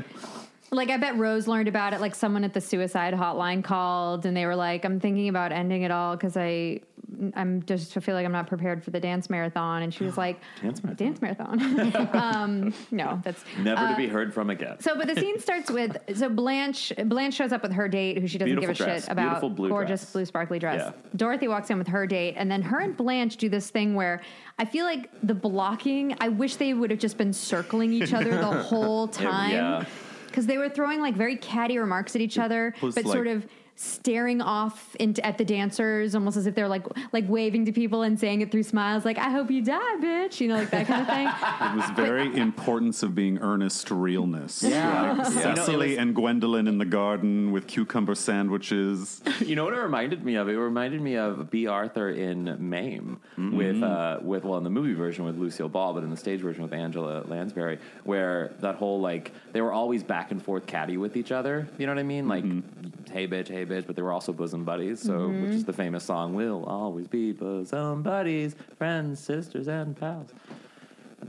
C: Like I bet Rose learned about it. Like someone at the suicide hotline called, and they were like, "I'm thinking about ending it all because I, I'm just I feel like I'm not prepared for the dance marathon." And she was like, "Dance marathon? Dance marathon? um, no, that's
D: Never to
C: Uh,
D: be heard from again.
C: so." But the scene starts with so Blanche. Blanche shows up with her date, who she doesn't
D: Beautiful
C: give a
D: dress.
C: shit about.
D: Beautiful blue
C: gorgeous
D: dress.
C: blue sparkly dress.
D: Yeah.
C: Dorothy walks in with her date, and then her and Blanche do this thing where I feel like the blocking. I wish they would have just been circling each other the whole time
D: yeah.
C: because they were throwing like very catty remarks at each other,
E: was
C: but sort
E: like-
C: of staring off into at the dancers, almost as if they're like like waving to people and saying it through smiles, like "I hope you die, bitch," you know, like that kind of thing.
E: It was very importance of being earnest realness.
D: Yeah.
E: Like Cecily and Gwendolyn in the garden with cucumber sandwiches.
D: You know what it reminded me of? It reminded me of B. Arthur in Mame with uh, with well in the movie version with Lucille Ball, but in the stage version with Angela Lansbury, where that whole like they were always back and forth catty with each other. You know what I mean? Like hey bitch, hey bitch, but they were also bosom buddies. So which is the famous song "We'll always be bosom buddies, friends, sisters, and pals."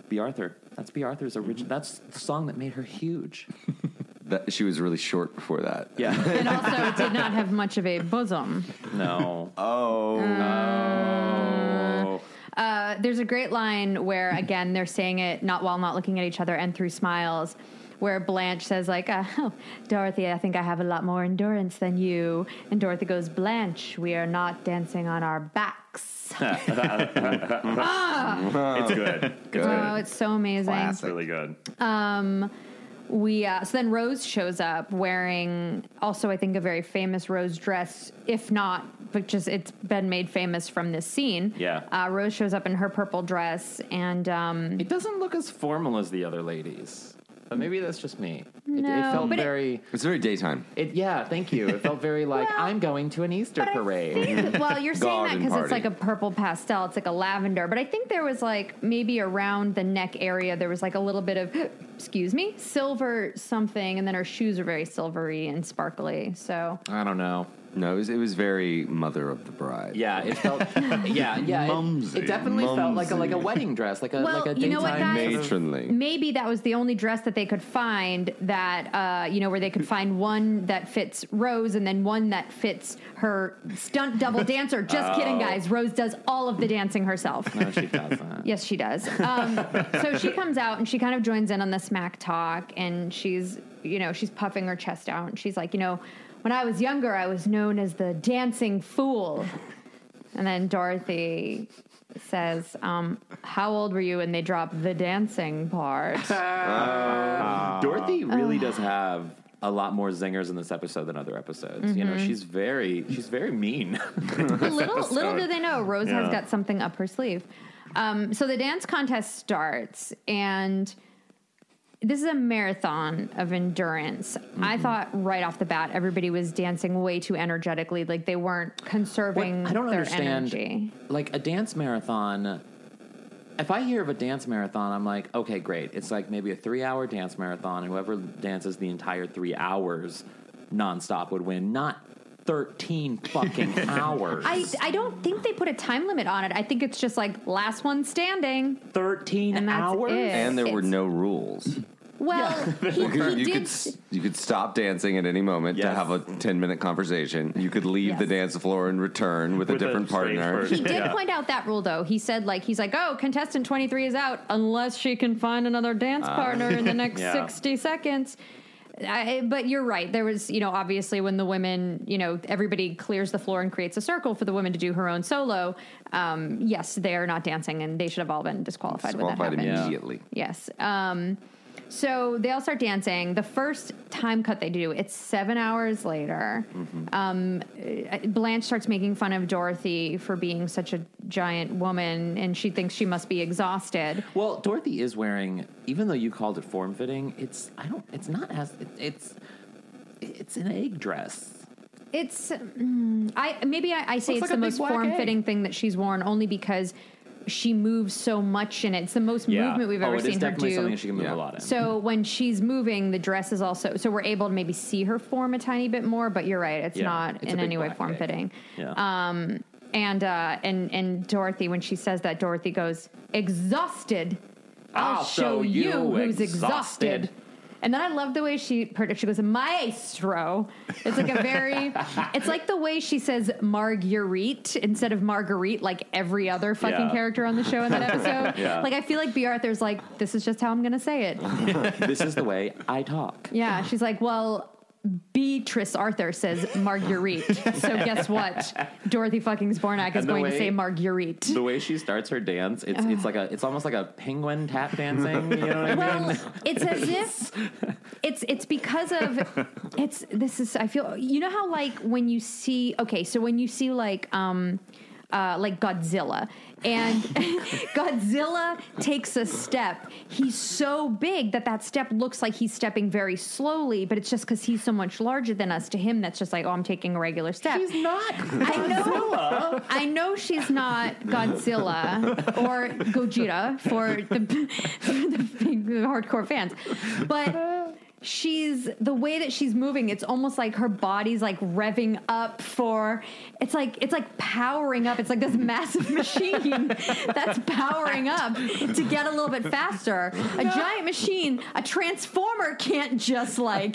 D: B. Arthur. That's B. Arthur's original. That's the song that made her huge.
F: That- she was really short before that.
D: Yeah.
C: and also did not have much of a bosom.
D: no.
F: Oh.
D: Oh.
C: Uh, there's a great line where again they're saying it not while not looking at each other and through smiles where Blanche says like, uh, oh, "Dorothy, I think I have a lot more endurance than you," and Dorothy goes, "Blanche, we are not dancing on our backs."
A: It's good. Good.
C: Oh, it's so amazing.
A: It's really good.
C: we uh, so then Rose shows up wearing also I think a very famous Rose dress, if not, but just it's been made famous from this scene.
A: Yeah.
C: uh, Rose shows up in her purple dress, and um,
A: It doesn't look as formal as the other ladies, but maybe that's just me. It,
C: No,
A: it felt
C: but it-
A: very.
F: It's very daytime.
A: It, yeah, thank you. It felt very like
C: Well,
A: I'm going to an Easter
C: but I
A: parade.
C: think- well, you're saying that
F: Garden
C: because it's
F: party.
C: like a purple pastel, it's like a lavender, but I think there was like maybe around the neck area there was like a little bit of excuse me silver something, and then her shoes are very silvery and sparkly. So
A: I don't know.
F: No, it was, it was very Mother of the Bride.
A: Yeah, it felt. yeah, yeah. it-
E: Mumsy,
A: it, definitely felt like a like a
E: mumsy.
A: wedding dress, like a
C: Well,
A: like a
C: you know what,
A: daytime
C: guys?
A: sort of-
F: Matronly.
C: maybe that was the only dress that they could find that uh, you know where they could find one that fits Rose and then one that fits her stunt double dancer. Just kidding,
F: Oh.
C: guys. Rose does all of the dancing herself.
A: No, she doesn't.
C: Yes, she does. Um, so she comes out and she kind of joins in on the smack talk, and she's, you know, she's puffing her chest out, and she's like, you know, when I was younger, I was known as the dancing fool. And then Dorothy says, um, "How old were you?" And they drop the dancing part.
A: Uh,
D: Dorothy really does have a lot more zingers in this episode than other episodes. You know,
C: Mm-hmm.
D: she's very she's very mean.
C: But little little do they know, Rose has got something up her sleeve. Um, so the dance contest starts, and this is a marathon of endurance.
A: Mm-hmm.
C: I thought right off the bat, everybody was dancing way too energetically, like they weren't
A: What-
C: conserving
A: I don't
C: their
A: understand.
C: energy.
A: Like a dance marathon. If I hear of a dance marathon, I'm like, okay, great. It's like maybe a three hour dance marathon. and Whoever dances the entire three hours nonstop would win, not 13 fucking hours.
C: I, I don't think they put a time limit on it. I think it's just like last one standing.
A: 13
C: And that's
A: hours?
C: it.
F: And there were
C: It's-
F: no rules.
C: Well, he, he
F: you,
C: did.
F: could, s- you could stop dancing at any moment to
D: Yes.
F: have a 10 minute conversation. You could leave the
C: Yes.
F: dance floor and return with,
D: With
F: a
D: a
F: different
D: strange
F: partner.
C: He did point out that rule though. He said like he's like, "Oh, contestant 23 is out unless she can find another dance partner in the next
D: Yeah.
C: 60 seconds." I, but you're right. There was, you know, obviously when the women, you know, everybody clears the floor and creates a circle for the woman to do her own solo. Um, yes, they are not dancing, and they should have all been disqualified.
F: Disqualified
C: when that happened.
F: immediately.
C: Yes. Um, so they all start dancing. The first time cut they do, it's seven hours later.
A: Mm-hmm.
C: Um, uh, Blanche starts making fun of Dorothy for being such a giant woman, and she thinks she must be exhausted.
A: Well, Dorothy is wearing, even though you called it form fitting, it's I don't. It's not as it, it's it's an egg dress.
C: It's mm, I maybe I, I say
A: Looks like
C: it's the
A: a big
C: most
A: black egg.
C: form fitting thing that she's worn only because she moves so much in it. It's the most movement we've
A: oh,
C: ever
A: it is
C: seen her
A: definitely
C: do.
A: something she can move
F: Yeah.
A: a lot in.
C: So when she's moving, the dress is also so we're able to maybe see her form a tiny bit more. But you're right, it's
A: Yeah,
C: not
A: it's a
C: in
A: big
C: any way
A: black
C: form
A: egg.
C: fitting. um,
D: yeah.
C: And uh, and and Dorothy, when she says that, Dorothy goes exhausted. I'll,
A: I'll
C: show
A: show
C: you
A: you
C: who's exhausted.
A: exhausted."
C: And then I love the way she pronounced- she goes maestro. It's like a very it's like the way she says Marguerite instead of Marguerite, like every other fucking
D: Yeah.
C: character on the show in that episode.
D: Yeah.
C: Like I feel like B. Arthur's like, this is just how I'm gonna say it.
D: this is the way I talk.
C: Yeah, she's like, well, Beatrice Arthur says Marguerite. so guess what? Dorothy fucking Zbornak is
D: And the
C: going to
D: way-
C: say Marguerite.
D: The way she starts her dance, it's it's like a it's almost like a penguin tap dancing. You know what I mean?
C: Well, it's as if it's it's because of it's this is I feel you know how like when you see okay so when you see like um uh, like Godzilla and Godzilla takes a step he's so big that that step looks like he's stepping very slowly but it's just because he's so much larger than us to him that's just like oh I'm taking a regular step
A: She's not.
C: I know. I know she's not Godzilla or Gogeta for the, for the big hardcore fans, but she's the way that she's moving. It's almost like her body's like revving up for. It's like it's like powering up. It's like this massive machine that's powering up to get a little bit faster. A giant machine, a transformer can't just like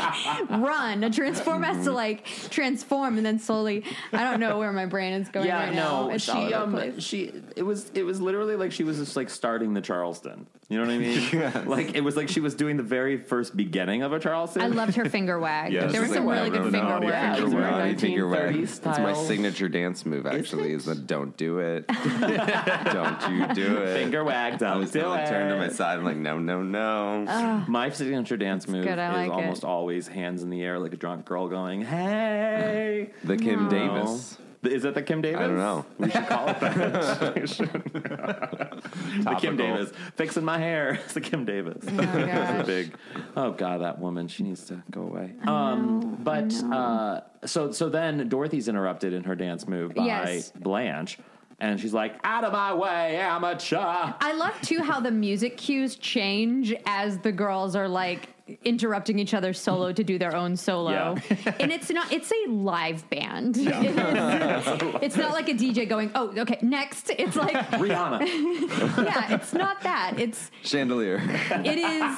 C: run. A transformer has to like transform and then slowly. I don't know where my brain is going
D: yeah,
C: right now.
D: no,
C: It's all
D: she
C: over the
D: um
C: place.
D: she it was it was literally like she was just like starting the Charleston. You know what I mean? Like it was like she was doing the very first beginning of a Charleston.
C: I loved her finger wag.
E: Yes.
C: there
E: She's
C: was some
E: like,
C: really good
E: whatever,
C: finger
E: naughty
C: wags.
E: finger
C: right?
E: wag.
F: finger wag.
D: 1930s
F: It's my
D: style.
F: signature dance move. Actually, is the don't do it. don't you do it.
D: finger wag.
F: I
D: Don't
F: was
D: do
F: like,
D: it.
F: turned to my side. I'm like, no, no, no.
D: My signature dance move
C: good, I
D: is
C: like it.
D: almost always hands in the air like a drunk girl going, "Hey."
F: the Kim
D: No.
F: Davis.
D: Is that the Kim Davis?
F: I don't know.
D: We should call it that. We should. the Kim Davis fixing my hair. It's the Kim Davis.
C: Oh, gosh.
D: big. Oh god, that woman. She needs to go away. Um, but uh, so so then Dorothy's interrupted in her dance move by
C: Yes.
D: Blanche, and she's like, "Out of my way, amateur."
C: I love too how the music cues change as the girls are like interrupting each other's solo to do their own solo. and it's not it's a live band. it's, it's not like a DJ going, "Oh, okay, next." It's like,
D: Rihanna.
C: yeah, it's not that. It's
F: Chandelier.
C: it is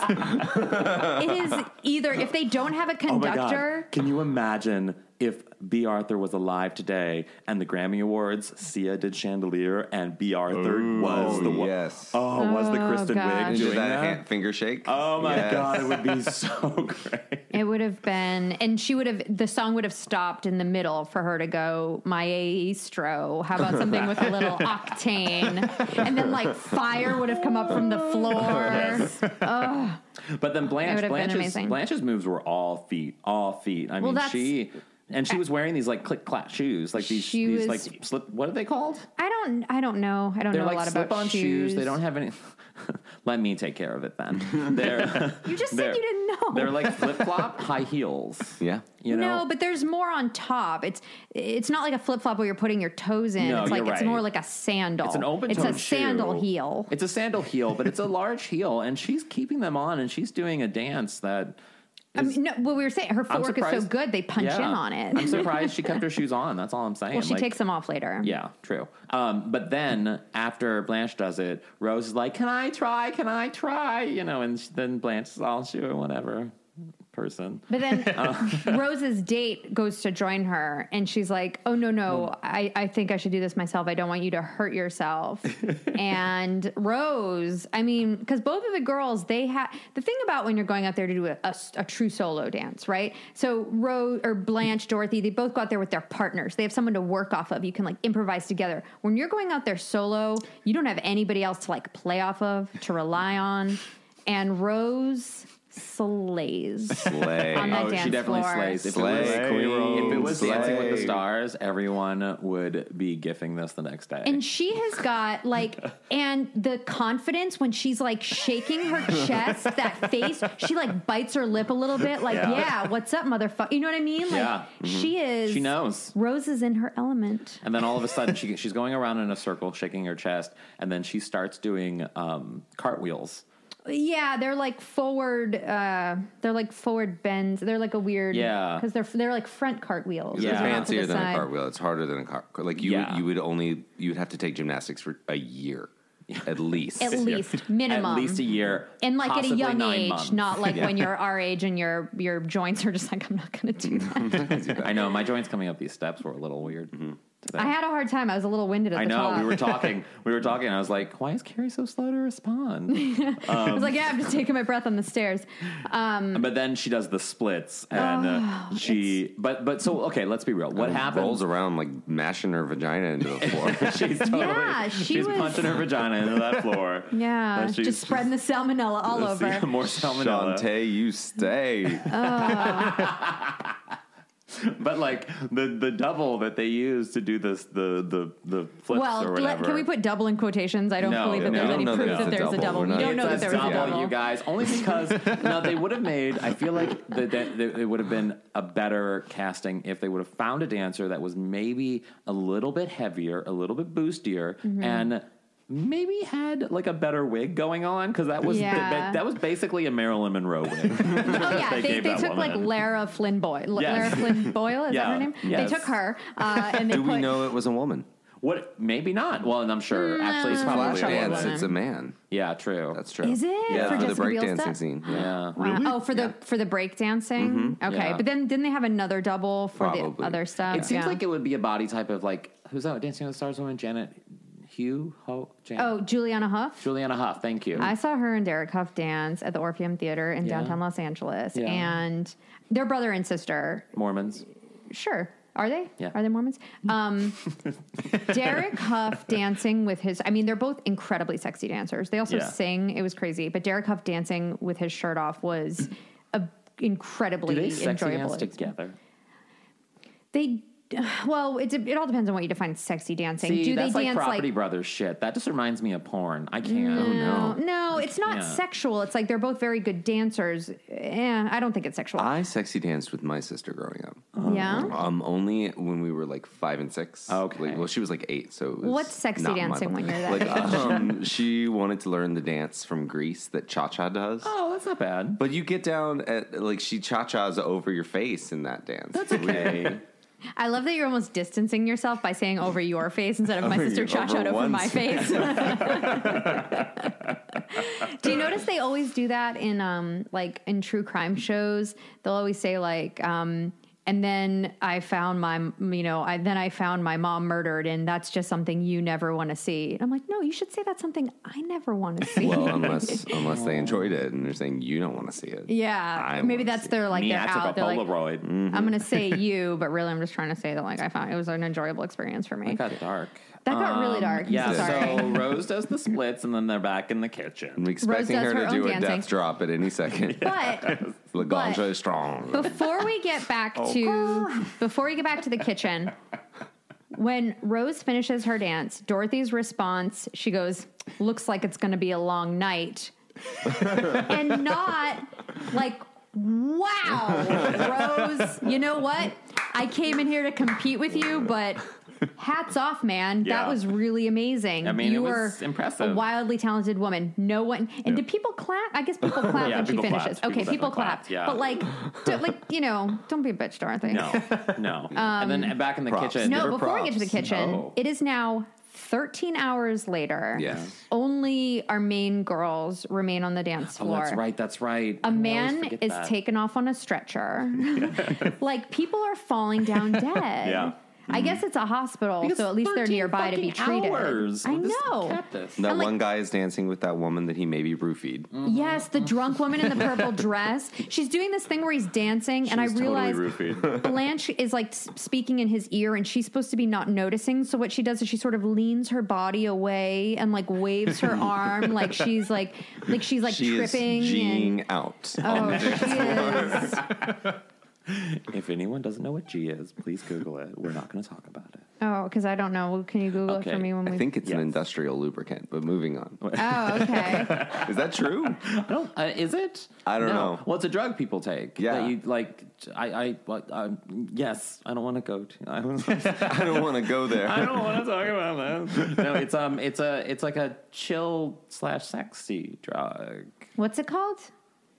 C: it is either if they don't have a
D: Oh my god.
C: conductor
D: Can you imagine if B. Arthur was alive today and the Grammy Awards, Sia did Chandelier and B. Arthur was the one.
F: yes.
D: Oh, was the
C: Oh,
D: Kristen
C: gosh.
D: Wiig
F: And
D: doing
F: did that
D: that?
F: hand, finger shake?
D: Oh my
F: Yes.
D: god, it would be so great.
C: it would have been and she would have the song would have stopped in the middle for her to go maestro how about something with a little octane and then like fire would have come up from the
D: Oh,
C: floor
D: But then
C: It would
D: Blanche,
C: have been
D: Blanche's,
C: amazing.
D: Blanche's moves were all feet, all feet. I mean,
C: that's-
D: she and she was wearing these like click clack shoes, like these
C: She was-
D: these like slip. What are they called?
C: i don't i don't know i don't
D: They're
C: know a
D: like
C: lot
D: slip
C: about
D: on shoes. They don't have any. Let me take care of it then. They're
C: you just
D: they're-
C: said you didn't know
D: they're like flip flop high heels.
F: Yeah.
D: You know.
C: no, but there's more on top. It's it's not like a flip flop where you're putting your toes in.
D: No,
C: it's like
D: you're
C: it's
D: right.
C: more like a sandal.
D: It's an open
C: It's a sandal heel.
D: It's a sandal heel, but it's a large heel, and she's keeping them on, and she's doing a dance that
C: I mean, no, well, we were saying her
D: I'm
C: footwork is so
D: surprised-
C: good they punch
D: Yeah.
C: in on it.
D: I'm surprised she kept her shoes on. That's all I'm saying.
C: well, she
D: Like,
C: takes them off later.
D: Yeah, true. Um, but then after Blanche does it, Rose is like, "Can I try? Can I try?" You know, and sh- then Blanche is all she or whatever person.
C: But then Rose's date goes to join her, and she's like, "Oh no, no, I, I think I should do this myself. I don't want you to hurt yourself." and Rose, I mean, because both of the girls, they have the thing about when you're going out there to do a, a s- a true solo dance, right? So Rose or Blanche, Dorothy, they both go out there with their partners. They have someone to work off of. You can like improvise together. When you're going out there solo, you don't have anybody else to like play off of to rely on. And Rose slays
F: Slay.
C: on that
D: Oh,
C: dance
D: she definitely
C: floor.
D: slays. If
F: Slay,
D: it was,
F: queen,
D: if it was Dancing with the
F: slay.
D: Stars, everyone would be gifting this the next day.
C: And she has got like, and the confidence when she's like shaking her chest, that face, she like bites her lip a little bit, like, yeah,
D: Yeah.
C: what's up, motherfucker? You know what I mean? Like,
D: Yeah. Mm-hmm.
C: she is.
D: she knows.
C: Rose is in her element.
D: And then all of a sudden, she, she's going around in a circle, shaking her chest, and then she starts doing um, cartwheels.
C: Yeah, they're like forward. uh They're like forward bends. They're like a weird.
D: Yeah.
C: because they're they're like front cartwheels.
D: Yeah.
F: It's
C: They're not to
F: fancier
C: the
F: than a
C: side.
F: cartwheel. It's harder than a car. Like you,
D: Yeah.
F: you would only you would have to take gymnastics for a year, at least.
C: At least minimum.
D: At least a year,
C: and like at a
D: possibly
C: young
D: nine
C: age,
D: months.
C: not like when you're our age and your your joints are just like I'm not going to do that.
D: I know my joints coming up these steps were a little weird. today.
C: I had a hard time. I was a little winded at
D: I
C: the
D: know
C: top.
D: we were talking. We were talking. and I was like, "Why is Carrie so slow to
C: Mm-hmm.
D: respond?"
C: I was like, yeah, I'm just taking my breath on the stairs.
D: but then she does the splits, and
C: Oh,
D: uh, she. But but so okay, let's be real. What happens?
F: Rolls around like mashing her vagina into the floor.
D: she's totally.
C: Yeah, she
D: she's
C: was-
D: punching her vagina into that floor.
C: Yeah,
D: And she's-
C: just spreading the salmonella all
D: Let's see,
C: over.
D: more salmonella.
F: Shantae, you stay. Uh,
D: But like the the double that they use to do this the the the flips
C: Well,
D: or
C: let-
D: whatever.
C: can we put double in quotations? I don't
D: No,
C: believe that
D: no.
C: there's
D: We
C: any
F: don't know
C: proof
F: that
C: that
F: it's a
C: there's a double.
F: double. We're
C: You
F: not-
C: don't know that
D: it's
C: there
D: a
C: was a
D: double, you
C: double.
D: guys. Only because no, they would have made. I feel like that that- that it would have been a better casting if they would have found a dancer that was maybe a little bit heavier, a little bit boostier,
C: Mm-hmm.
D: and maybe had like a better wig going on because that was
C: Yeah.
D: that, that was basically a Marilyn Monroe wig.
C: Oh yeah,
D: They
C: they, they,
D: gave that
C: took like
D: woman.
C: Lara Flynn Boyle. L-
D: Yes.
C: Lara Flynn Boyle is
D: Yeah.
C: that her name?
D: Yes.
C: They took her uh, and they
F: Do
C: put
F: we know it was a woman?
D: what? Maybe not. Well, and I'm sure
C: Mm,
D: actually it's probably a woman.
F: Flashdance, it's a man.
D: Yeah, true.
F: That's true.
C: Is it?
F: Yeah,
C: For
F: for, the
C: Jessica Biel
F: breakdancing
C: stuff?
F: scene. Yeah.
D: yeah. Mm-hmm.
C: Wow. Oh, for the for the break dancing. Okay,
D: Yeah.
C: but then didn't they have another double for
F: Probably.
C: the other stuff?
D: It seems
C: Yeah.
D: like it would be a body type of like who's that Dancing with the Stars woman Janet Hugh Ho Jan.
C: Oh, Juliana Huff.
D: Juliana Huff. Thank you.
C: I saw her and Derek Huff dance at the Orpheum Theater in
D: Yeah.
C: downtown Los Angeles,
D: Yeah.
C: and they're brother and sister.
D: Mormons.
C: Sure. Are they?
D: Yeah.
C: Are they Mormons? Um, Derek Huff dancing with his, I mean, they're both incredibly sexy dancers. They also
D: Yeah.
C: sing. It was crazy. But Derek Huff dancing with his shirt off was a, incredibly
D: Do they sexy
C: enjoyable.
D: dance together?
C: They, well, it's, it all depends on what you define sexy dancing.
D: See,
C: Do they
D: that's like
C: dance
D: Property
C: like. Mm.
D: Brothers shit. That just reminds me of porn. I can't.
F: Oh,
C: No, no, it's not
D: Yeah.
C: sexual. It's like they're both very good dancers. Eh, I don't think it's sexual.
F: I sexy danced with my sister growing up.
C: yeah.
F: Um, only when we were like five and six.
D: Okay.
F: Like, well, she was like eight, so it was
C: What's sexy
F: not my
C: dancing
F: fault.
C: when you're that
F: Like,
C: age?
F: um, she wanted to learn the dance from Greece that cha cha does.
D: Oh, that's not bad.
F: But you get down at like she cha cha's over your face in that dance. That's
D: Okay.
C: I love that you're almost distancing yourself by saying over your face instead of my
F: Over
C: sister
F: you-
C: cha cha
F: over
C: over my
F: one's-
C: face. do you notice they always do that in um like in true crime shows? They'll always say like um and then I found my you know I then I found my mom murdered and that's just something you never want to see. And I'm like, no, you should say that's something I never want to see.
F: Well, unless unless they enjoyed it and they're saying you don't want to see it.
C: yeah,
F: I
C: maybe
F: wanna
C: that's
F: see
C: their like
D: Me,
C: their
D: I took
C: out.
D: a
C: They're like,
D: Polaroid.
F: Mm.
C: I'm gonna say you, but really I'm just trying to say that like I found it was an enjoyable experience for me.
D: It got dark.
C: That got really dark. I'm
D: Um, Yeah,
C: so sorry.
D: so Rose does the splits and then they're back in the kitchen.
F: I'm expecting
C: does
F: her,
C: her
F: to do
C: own
F: a
C: dancing.
F: death drop at any second.
C: But
F: Laganja
C: But-
F: is strong.
C: before we get back
D: Oh,
C: to before we get back to the kitchen, when Rose finishes her dance, Dorothy's response, she goes, "Looks like it's going to be a long night," and not like. Wow, Rose, you know what? I came in here to compete with you, but hats off, man.
D: Yeah.
C: That was really amazing.
D: I mean, it
C: you were
D: was impressive.
C: a wildly talented woman. No one, and did people clap? I guess people clap
D: Yeah,
C: when
D: people
C: she
D: clapped.
C: finishes.
D: People
C: Okay, people
D: definitely
C: clap.
D: clapped, yeah.
C: But like, do, like you know, don't be a bitch, Dorothy.
D: No, no. and then back in the
F: props.
D: kitchen.
C: Um, No,
F: Give her
C: before we get to the
F: props.
C: kitchen,
D: Oh.
C: it is now 13 hours later.
F: Yes.
C: Only our main girls remain on the dance
D: Oh,
C: floor.
D: that's right. That's right.
C: A man is
D: taking.
C: taken off on a stretcher. like people are falling down dead.
D: Yeah. Mm-hmm.
C: I guess it's a hospital,
D: Because
C: so at least they're
D: 13
C: nearby to be
D: fucking
C: treated.
D: hours.
C: I
D: This
C: know.
D: cactus.
F: That
C: I'm like- Mm.
F: one guy is dancing with that woman that he maybe roofied.
C: Yes, the drunk woman in the purple dress. She's doing this thing where he's dancing, and I realize Blanche is like s- speaking in his ear, and she's supposed to be not noticing. So what she does is she sort of leans her body away and like waves her arm, like she's like like she's like
F: She is
C: tripping.
F: G'ing
C: and,
F: out.
C: oh, she is.
D: If anyone doesn't know what G is, please Google it. We're not going to talk about it.
C: Oh, because I don't know. Can you Google it
D: Okay,
C: for me when we?
F: I think it's an
D: Yes.
F: industrial lubricant, but moving on.
C: oh, okay.
F: Is that true?
D: I don't. Uh, is it?
F: I don't
D: No.
F: know.
D: Well, it's a drug people take.
F: Yeah.
D: That you like. I. I. Like, um, yes. I don't want to go. To, I don't.
F: I don't want to go there.
D: I don't want to talk about that. No, it's um. It's a. It's like a chill slash sexy drug.
C: What's it called?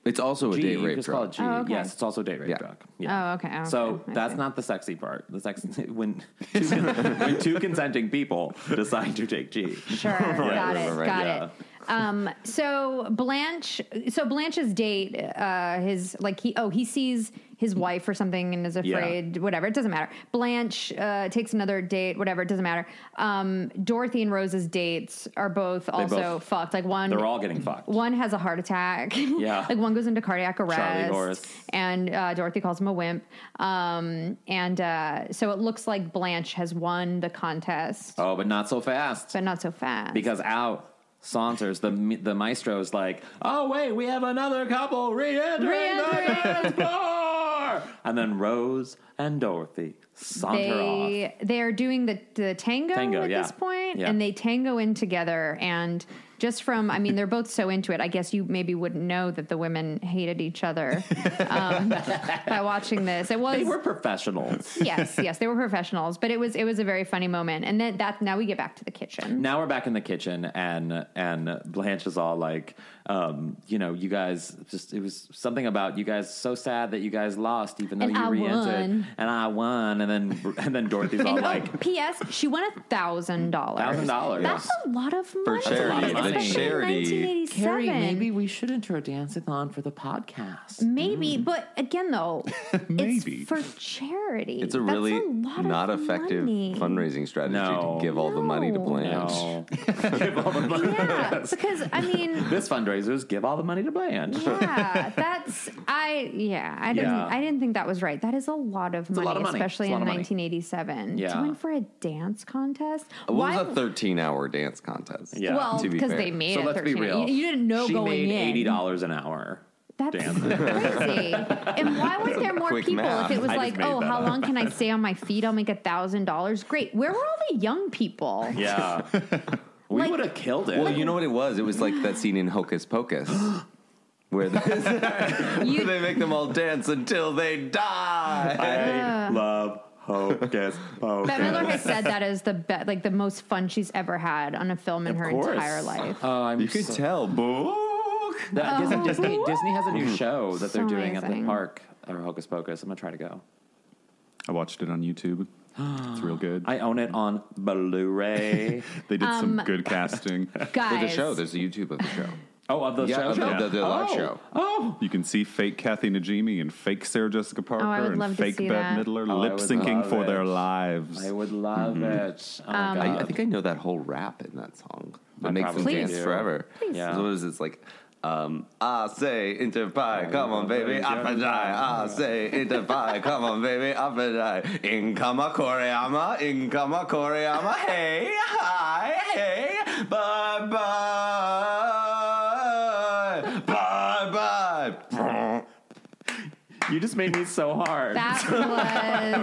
F: It's also a
D: G,
F: date
D: you
F: rape
D: just
F: drug.
D: call it G.
C: Oh, okay.
D: Yes, it's also a date rape
F: Yeah.
D: drug. Yeah.
C: Oh, okay, okay,
D: So
C: I
D: that's
C: see.
D: not the sexy part. The sex when two, when two consenting people decide to take G.
C: Sure, got
F: right,
C: it,
F: right,
C: got
D: yeah.
C: it. Um, so Blanche, so Blanche's date, uh, his like he oh he sees his wife or something and is afraid. Whatever, it doesn't matter. Blanche uh, takes another date. Whatever, it doesn't matter. Um, Dorothy and Rose's dates are both also
D: both-
C: fucked. Like one,
D: They're all getting fucked.
C: one has a heart attack.
D: Yeah.
C: like one goes into cardiac arrest.
D: Horse.
C: And uh, Dorothy calls him a wimp. Um, and uh, so it looks like Blanche has won the contest,
D: Oh, but not so fast.
C: but not so fast.
D: because out saunters the the maestro's like, oh wait, we have another couple re-entering,
C: Re-entering.
D: the dance floor, and then Rose and Dorothy saunter off.
C: they they are doing the the tango,
D: Tango,
C: at
D: yeah.
C: this point,
D: Yeah.
C: and they tango in together. And just from, I mean, they're both so into it. I guess you maybe wouldn't know that the women hated each other um, by watching this. It was
D: They were professionals.
C: yes, yes, they were professionals, but it was it was a very funny moment. And then that now we get back to the kitchen.
D: now we're back in the kitchen, and and Blanche is all like, um, you know, you guys just it was something about you guys so sad that you guys lost, even though
C: And
D: you
C: I
D: re-entered,
C: won.
D: and I won, and then and then Dorothy's all
C: And,
D: like,
C: oh, P.S. She won a thousand dollars.
D: $1,000,
C: That's a lot of money
D: charity, the
C: especially
F: charity.
C: In 1987.
D: Carrie, maybe we should intro dance-a-thon for the podcast.
C: Maybe,
D: Mm.
C: but again, though,
E: Maybe.
C: it's for charity.
F: It's a
C: That's
F: really
C: lot of
F: not effective
C: money.
F: fundraising strategy
D: No.
F: to give all the money to
C: No.
F: Blanche.
C: Mm. Yeah, because I mean,
D: This fundraisers give all the money to Blanche.
C: yeah, that's I yeah I didn't
D: Yeah.
C: I didn't think that was right. That is a lot of,
D: a
C: money,
D: lot of money.
C: especially
D: It's a
C: in
D: lot of money.
C: 1987.
D: Yeah.
C: to win for a dance contest.
F: What was a 13 hour dance contest?
D: Yeah.
C: well,
F: to be
C: because
F: fair.
C: they made
D: So
C: it
D: let's
C: 13.
D: be real.
C: You, you didn't know
D: she
C: going
D: made
C: in.
D: eighty dollars an hour.
C: That's
D: Damn.
C: crazy. and why weren't there more
F: Quick
C: people?
F: math.
C: If it was
D: I just
C: like,
D: made
C: oh,
D: that
C: how
D: up.
C: long can I stay on my feet? I'll make a thousand dollars. Great. Where were all the young people?
D: Yeah, we
C: Like-
D: would have killed it.
F: Well, you know what it was? It was like that scene in Hocus Pocus. Where they,
C: You-
F: they make them all dance until they die.
C: Ah.
D: I love Hocus Pocus.
C: Bette Midler has said that is the be- like the most fun she's ever had on a film in
D: Of
C: her
D: course.
C: entire life.
D: Oh, I'm
F: You could
D: so-
F: tell. Book.
D: That- Disney, Disney, Disney has a new show that they're
C: So
D: doing at the
C: amazing.
D: park or Hocus Pocus. I'm gonna try to go.
E: I watched it on YouTube. It's real good.
D: I own it on Blu-ray.
E: they did some good casting.
C: Guys,
F: There's a show. There's a YouTube of the show.
D: oh, of the
F: Yeah,
D: show,
F: of the, the- the live
D: Oh.
F: show.
D: Oh,
E: You can see fake Kathy Najimy and fake Sarah Jessica Parker
C: Oh, would love
E: and
C: to
E: fake
C: see
E: Bette
C: that.
E: Midler
D: Oh, I
E: lip
D: would
E: syncing
D: love
E: for
D: it.
E: their lives.
D: I would love it. Oh
C: Um,
D: my
F: I,
D: god,
F: I think I know that whole rap in that song. That
D: I
F: makes them
D: probably
F: dance
D: do.
F: forever.
D: Please.
F: So what is it? It's like, um, I say inter pie, come on baby, up and die. I say inter pie, come on baby, up and die. In kama koreama, in kama koreama, hey, hi, hey, bye bye, bye bye.
D: you just made me so hard.
C: that was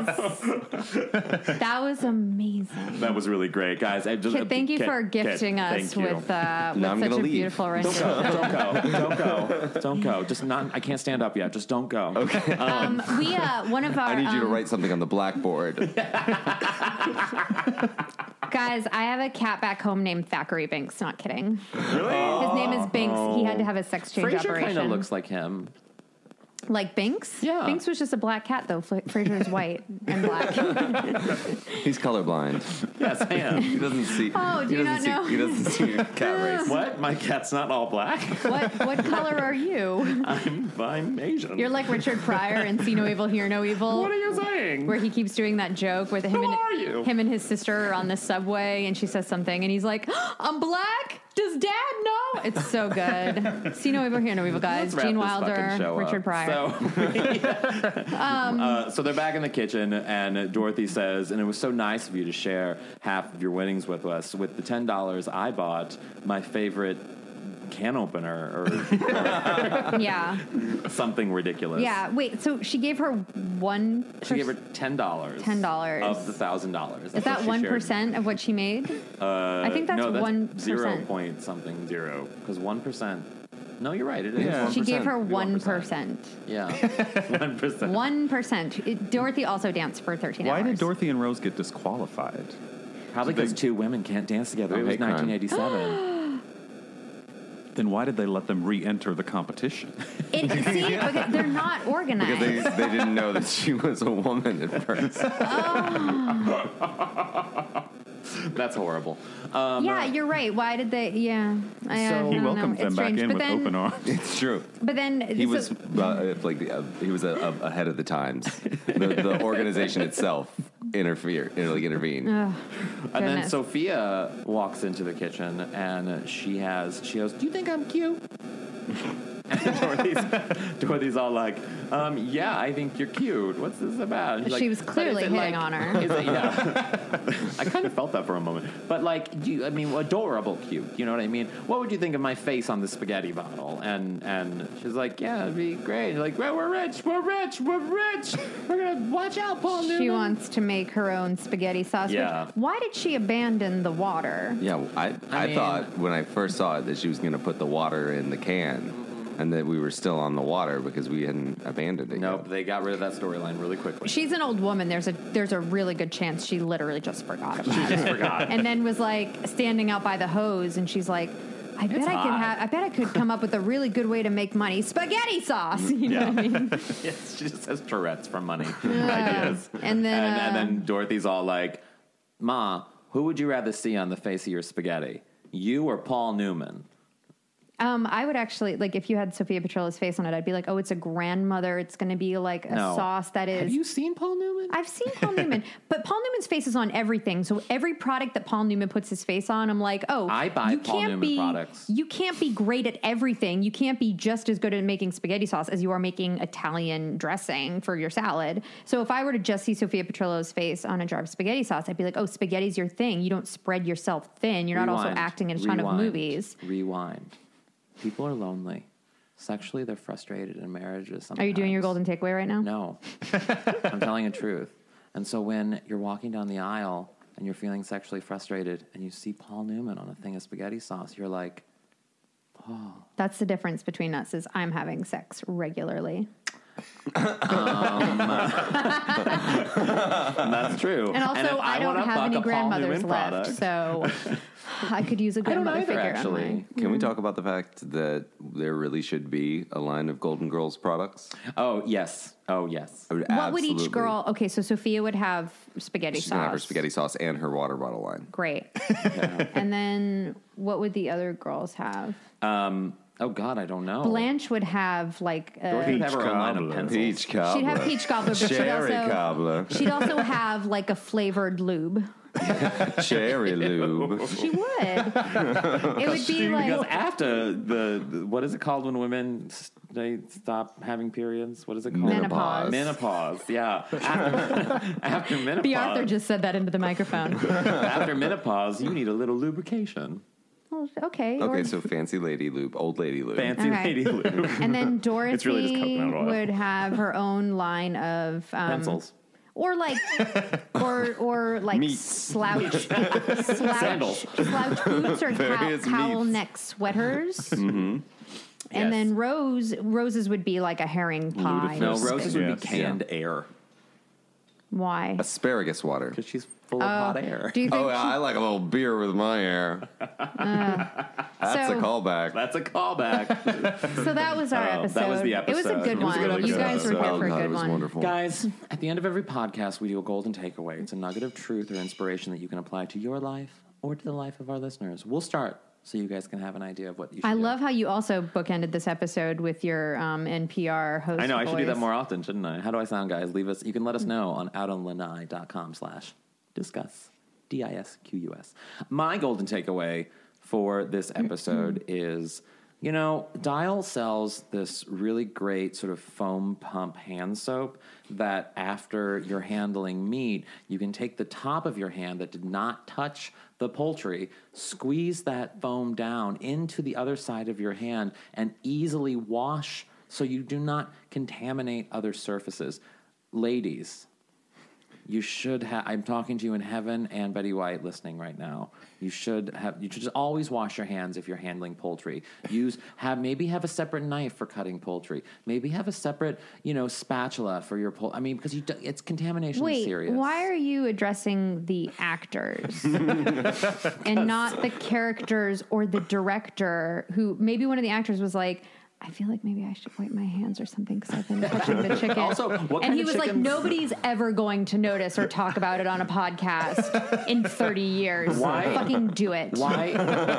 C: that was amazing.
D: That was really great, guys. I just
C: Kit, thank you
D: Kit-
C: for
D: Kit,
C: gifting us
D: thank you.
C: with, uh, with
F: Now I'm
C: such a
F: gonna leave.
C: beautiful
D: Don't
C: rendition.
D: go! Don't go! Don't go! Don't go! Just not. I can't stand up yet. Just don't go. Okay.
C: Um, we uh, one of our
F: I need you to
C: um,
F: write something on the blackboard.
C: Guys, I have a cat back home named Thackeray Binks. Not kidding. Really? His name is Binks. He had to have a sex change
D: Frasier
C: operation.
D: kind of looks like him.
C: like Binks.
D: Yeah.
C: Binks was just a black cat though. Fra- Frasier is white and black.
F: He's colorblind.
D: Yes, I am.
F: He doesn't see.
C: Oh, do
F: he
C: you
F: doesn't
C: not
F: see- He
C: know?
F: doesn't see cat race.
D: what? My cat's not all black.
C: what what color are you?
D: I'm, I'm Asian.
C: You're like Richard Pryor in See No Evil, Hear No Evil.
D: what are you saying?
C: where he keeps doing that joke with him
D: Who
C: and
D: are you?
C: him and his sister are on the subway and she says something and he's like, "I'm black. Does dad know?" It's so good. See no evil, hear no evil, guys.
D: wrap
C: Gene
D: this fucking
C: Wilder,
D: show up.
C: Richard Um, Pryor.
D: So, uh, so they're back in the kitchen, and Dorothy says, "And it was so nice of you to share half of your winnings with us. With the ten dollars I bought, my favorite." Can opener or
C: yeah,
D: something ridiculous.
C: yeah. Wait, so she gave her one.
D: She gave her
C: pers-
D: ten dollars.
C: $10.
D: of the thousand dollars.
C: Is that one percent of what she made? Uh, I think that's
D: no, that's
C: one
D: zero point something zero. Because one percent. No, you're right. It is.
F: Yeah.
C: She gave her one
D: 1%.
C: percent.
D: Yeah, one percent.
C: One percent. It- Dorothy also danced for thirteen
E: Why
C: hours.
E: did Dorothy and Rose get disqualified?
D: Probably because two women can't dance together.
F: Oh,
D: It was
F: hate crime.
D: 1987.
E: Then why did they let them re-enter the competition?
C: It, see, because they're not organized.
F: Because they, they didn't know that she was a woman at first.
D: That's horrible.
C: Yeah, you're right. Why did they? Yeah, I, I
D: So-
C: don't
E: He
C: know.
E: welcomed
C: It's
E: them back
C: strange.
E: in
C: but
E: with
C: then,
E: open arms.
F: It's true.
C: But then
F: He
C: so-
F: was uh, like uh, he was a, a, ahead of the times. The, the organization itself interfere, inter- like intervened.
D: And then
C: Goodness.
D: Sophia walks into the kitchen and she has she goes, "Do you think I'm cute?" And Dorothy's, Dorothy's all like, um, "Yeah, I think you're cute. What's this about?" And she's
C: She was
D: "But is
C: clearly
D: it
C: hitting on her."
D: Is it, yeah. I kind of felt that for a moment, but like, you, I mean, adorable cute. You know what I mean? What would you think of my face on the spaghetti bottle? And and she's like, "Yeah, it'd be great." like, well, "We're rich. We're rich. We're rich. We're gonna watch out, Paul Newman."
C: she wants to make her own spaghetti sauce. which-
D: Yeah.
C: why did she abandon the water?
F: Yeah, I I,
D: mean-
F: thought when I first saw it that she was going to put the water in the can, and that we were still on the water because we hadn't abandoned it.
D: Nope,
F: yet.
D: they got rid of that storyline really quickly.
C: She's an old woman. There's a there's a really good chance she literally just forgot about it.
D: forgot.
C: And then was like standing out by the hose, and she's like, I bet I could
D: hot.
C: have. I bet I could come up with a really good way to make money. Spaghetti sauce. You know what I mean?
D: yes, she just has Tourette's for money ideas.
C: And then,
D: and, and
C: uh,
D: then Dorothy's all like, "Ma, who would you rather see on the face of your spaghetti, you or Paul Newman?"
C: Um, I would actually like if you had Sophia Petrilla's face on it. I'd be like, oh, it's a grandmother. It's going to be like a
D: No.
C: sauce that is.
D: Have you seen Paul Newman?
C: I've seen Paul Newman, but Paul Newman's face is on everything. So every product that Paul Newman puts his face on, I'm like, oh,
D: I buy
C: you
D: Paul
C: can't
D: Newman
C: be,
D: products.
C: You can't be great at everything. You can't be just as good at making spaghetti sauce as you are making Italian dressing for your salad. So if I were to just see Sophia Petrillo's face on a jar of spaghetti sauce, I'd be like, oh, spaghetti's your thing. You don't spread yourself thin. You're not also
D: Rewind,
C: acting in a ton of
D: rewind,
C: movies.
D: Rewind. People are lonely. Sexually, they're frustrated in marriages. Sometimes.
C: Are you doing your golden takeaway right now?
D: No, I'm telling the truth. And so when you're walking down the aisle and you're feeling sexually frustrated, and you see Paul Newman on a thing of spaghetti sauce, you're like,
C: That's the difference between us is I'm having sex regularly.
D: "That's true."
C: And also,
D: if
C: I, don't
D: wanna
C: have
D: fuck
C: any
D: a Paul
C: grandmothers
D: Newman
C: left,
D: product-
C: so I could use a
D: I don't
C: grandmother
D: either.
C: figure. on
D: Actually,
C: mine.
F: Can we talk about the fact that there really should be a line of Golden Girls products?
D: oh yes, oh yes.
F: I would
C: what would each
F: absolutely-
C: girl? Okay, so Sophia would have spaghetti
F: She's
C: sauce.
F: gonna have her spaghetti sauce and her water bottle line.
C: Great. and then what would the other girls have?
D: Um, oh God, I don't know.
C: Blanche would have like uh,
D: Dorothy would have her own line of
E: cobbler.
D: pencils.
F: Peach cobbler.
C: she'd have peach cobbler, but she'd
F: Cherry
C: also
F: cobbler.
C: she'd also have like a flavored lube.
F: Cherry lube.
C: She would. it would be
D: Because
C: like
D: after the, the- what is it called when women s- they stop having periods? What is it called?
C: Menopause.
D: Menopause. Yeah. After, after menopause.
C: B. Arthur just said that into the microphone.
D: after menopause, you need a little lubrication.
C: Well, Oh, okay. or-
F: Okay, so fancy lady lube, old lady lube.
D: Fancy
C: Okay.
D: lady lube.
C: And then Dorothy
D: It's really just coconut oil.
C: would have her own line of um,
D: Pencils.
C: or like or or like slouch slouch
D: Sandals.
C: slouch boots or cow,
F: Various
C: cowl
F: meats.
C: neck sweaters. And
D: Mm-hmm. Yes.
C: then rose roses would be like a herring pie.
D: No, roses would
E: Yes.
D: be canned air
C: Why?
F: Asparagus water.
D: because she's full of hot air.
C: Oh, Do you think
F: Oh, yeah, I like a little beer with my air. That's
C: Uh, so-
F: a callback.
D: That's a callback.
C: so? That was our
D: Oh,
C: episode.
D: that was the
C: It was a
D: episode.
C: good
D: It was
C: one.
D: a good
C: you guys were here
F: Oh,
C: for a
F: God,
C: good
F: it was
C: one.
F: wonderful.
D: Guys, at the end of every podcast, we do a golden takeaway. It's a nugget of truth or inspiration that you can apply to your life or to the life of our listeners. We'll start so you guys can have an idea of what you should
C: I
D: do.
C: love how you also bookended this episode with your um, NPR host.
D: I know. I should do that
C: voice.
D: more often, shouldn't I? How do I sound, guys? Leave us. You can let us know on outonlanai.com slash discuss. D I S Q U S. My golden takeaway for this episode is you know, Dial sells this really great sort of foam pump hand soap that after you're handling meat, you can take the top of your hand that did not touch the poultry, squeeze that foam down into the other side of your hand, and easily wash so you do not contaminate other surfaces. Ladies, you should have. I'm talking to you in heaven and Betty White listening right now. You should have. You should just always wash your hands if you're handling poultry. Use have maybe have a separate knife for cutting poultry. Maybe have a separate you know spatula for your poultry. I mean, because you do, it's contamination
C: Wait,
D: is serious.
C: why are you addressing the actors and not the characters or the director? Who maybe one of the actors was like, "I feel like maybe I should wipe my hands or something because I've been touching the chicken."
D: Also,
C: and
D: what kind
C: he
D: of
C: was like,
D: chickens-
C: "Nobody's ever going to notice or talk about it on a podcast in thirty years.
D: Why-
C: Fucking do it."
D: Why?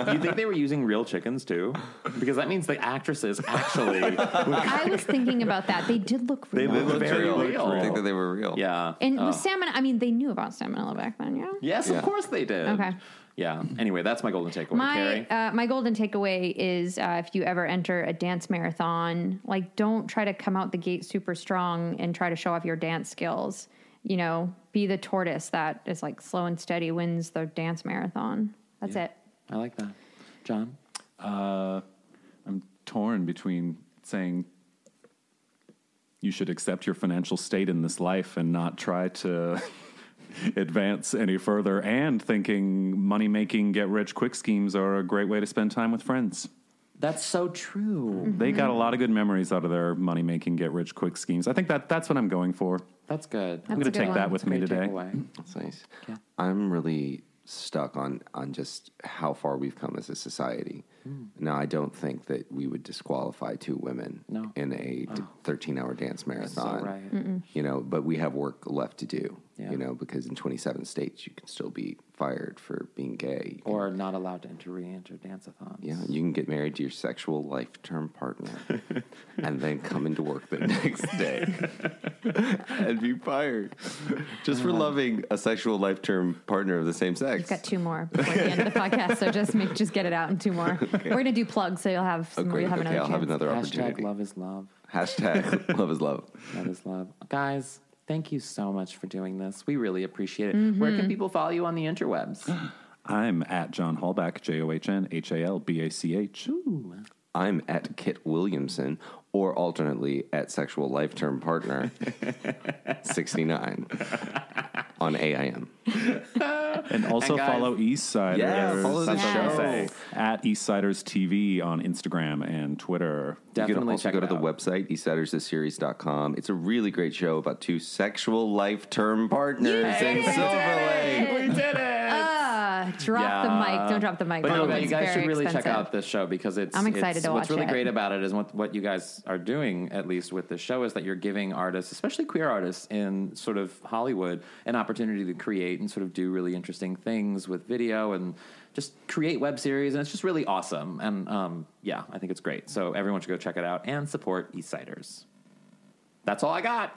D: you think they were using real chickens too? Because that means the actresses actually.
C: I was thinking about that. They did look
D: They
C: real.
D: look Oh.
F: Looked
D: very
F: real.
D: real.
F: I think that they were real.
D: yeah.
C: and with salmon, I mean, they knew about salmonella back then, yeah.
D: Yes,
F: Yeah.
D: of course they did.
C: Okay.
D: Yeah. Anyway, that's my golden takeaway,
C: My
D: Carrie.
C: uh, my golden takeaway is uh, if you ever enter a dance marathon, like don't try to come out the gate super strong and try to show off your dance skills. You know, be the tortoise that is like slow and steady wins the dance marathon. That's it.
D: I like that. John?
E: I'm torn between saying you should accept your financial state in this life and not try to advance any further, and thinking money making, get rich quick schemes are a great way to spend time with friends.
D: That's so true.
E: They
F: Mm-hmm.
E: got a lot of good memories out of their money making, get rich quick schemes. I think that that's what I'm going for.
D: That's good.
E: I'm
C: That's
E: going
C: a
E: to
C: good
E: take
C: one.
E: that with me
D: Great
E: today.
D: takeaway.
F: That's nice. I'm really stuck on on just how far we've come as a society.
D: Hmm.
F: Now, I don't think that we would disqualify two women
D: No. Oh.
F: in a thirteen-hour dance marathon.
D: right.
F: You know, but we have work left to do.
D: Yeah.
F: You know, because in twenty-seven states, you can still be fired for being gay. You can-
D: Or not allowed to enter, re-enter dance-a-thons.
F: yeah, you can get married to your sexual life-term partner, and then come into work the next day and be fired just
D: Uh-huh.
F: for loving a sexual life-term partner of the same sex.
C: We've got two more before the end of the podcast, so just make just get it out in two more. We're gonna do plugs, so you'll have
F: Oh,
C: some,
F: great.
C: you'll have
F: okay,
C: another
F: I'll have
C: chance.
F: another
D: Hashtag
F: opportunity.
D: love is love.
F: Hashtag love is love.
D: Love is love. Guys, thank you so much for doing this. We really appreciate it. Where
C: Mm-hmm.
D: can people follow you on the interwebs?
E: I'm at John Hallback, J O H N H A L B A C H.
F: I'm at Kit Williamson, or alternately at Sexual Life Term Partner 69 on AIM.
E: And also
D: And guys-
E: follow Eastsiders.
F: Yeah, follow the
E: That's what I
C: show.
E: say. At Eastsiders TV on Instagram and Twitter.
F: You can
D: Definitely
F: also
D: check
F: go
D: it
F: to the
D: out.
F: website, eastsiders.series.com. It's a really great show about two sexual life term partners in Silver Lake.
D: We did it.
C: Ah, drop the mic. Don't drop the mic.
D: But no,
C: It's
D: you guys
C: very
D: should really check
C: expensive.
D: out this show because it's.
C: I'm excited
D: it's-
C: to
D: What's
C: watch
D: really
C: it.
D: great about it is what what you guys are doing, at least with this show, is that you're giving artists, especially queer artists in sort of Hollywood, an opportunity to create and sort of do really interesting things with video and just create web series, and it's just really awesome. And um, yeah, I think it's great. So everyone should go check it out and support Eastsiders. That's all I got.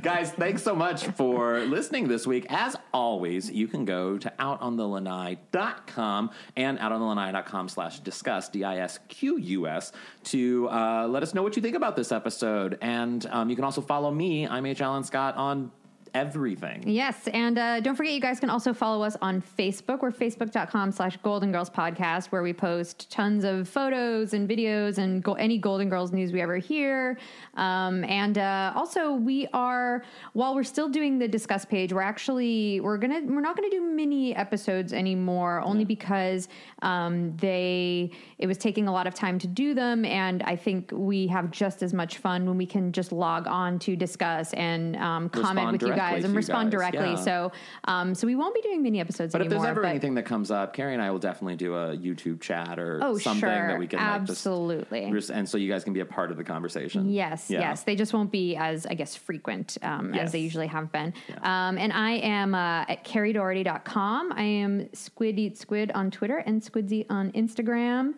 D: Guys, thanks so much for listening this week. As always, you can go to outonthelanai.com and outonthelanai.com slash discuss, D-I-S-Q-U-S, to uh, let us know what you think about this episode. And um, you can also follow me, I'm H. Allen Scott, on everything.
C: Yes, and uh, don't forget, you guys can also follow us on Facebook. We're facebook.com slash Golden Girls Podcast, where we post tons of photos and videos and go- any Golden Girls news we ever hear. Um, and uh, also, we are while we're still doing the discuss page, we're actually we're gonna we're not gonna do mini episodes anymore, only because um, they it was taking a lot of time to do them, and I think we have just as much fun when we can just log on to discuss and um, comment
D: Respond
C: with you
D: directly
C: guys
D: to
C: and
D: you
C: respond
D: guys,
C: directly.
D: yeah.
C: So, um, so we won't be doing mini episodes
D: But if
C: anymore.
D: there's ever
C: but-
D: anything that comes up, Carrie and I will definitely do a YouTube chat or
C: Oh,
D: something
C: sure.
D: that we can like, just-
C: Absolutely.
D: just, and so you guys can be a part of the conversation.
C: Yes,
D: Yeah.
C: yes. They just won't be as, I guess, frequent um,
D: Yes.
C: as they usually have been. Um, and I am uh, at carriedoherty.com. I am Squid Eat Squid on Twitter and Squidzy on Instagram.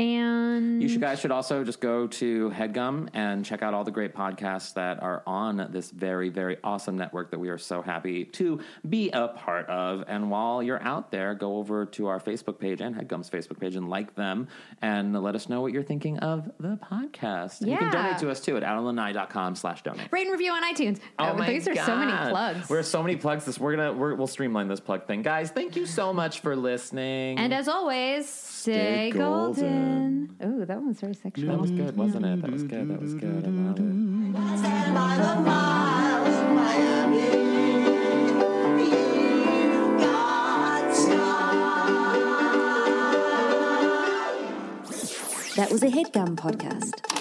C: And
D: You should, guys should also just go to HeadGum and check out all the great podcasts that are on this very, very awesome network that we are so happy to be a part of. And while you're out there, go over to our Facebook page and HeadGum's Facebook page and like them and let us know what you're thinking of the podcast. And You can
C: Yeah.
D: donate to us too at outonlanai.com slash donate.
C: rate and review on iTunes.
D: Oh my
C: These are so many
D: God.
C: plugs.
D: We're so many plugs. This we're gonna we're, we'll streamline this plug thing, guys. Thank you so much for listening.
C: and as always, stay, golden. Oh, that one's very sexual.
D: that was good, wasn't it? That was good. That was good. I love it.
B: Stand by the miles of Miami. You've got style.
G: That was a headgum podcast.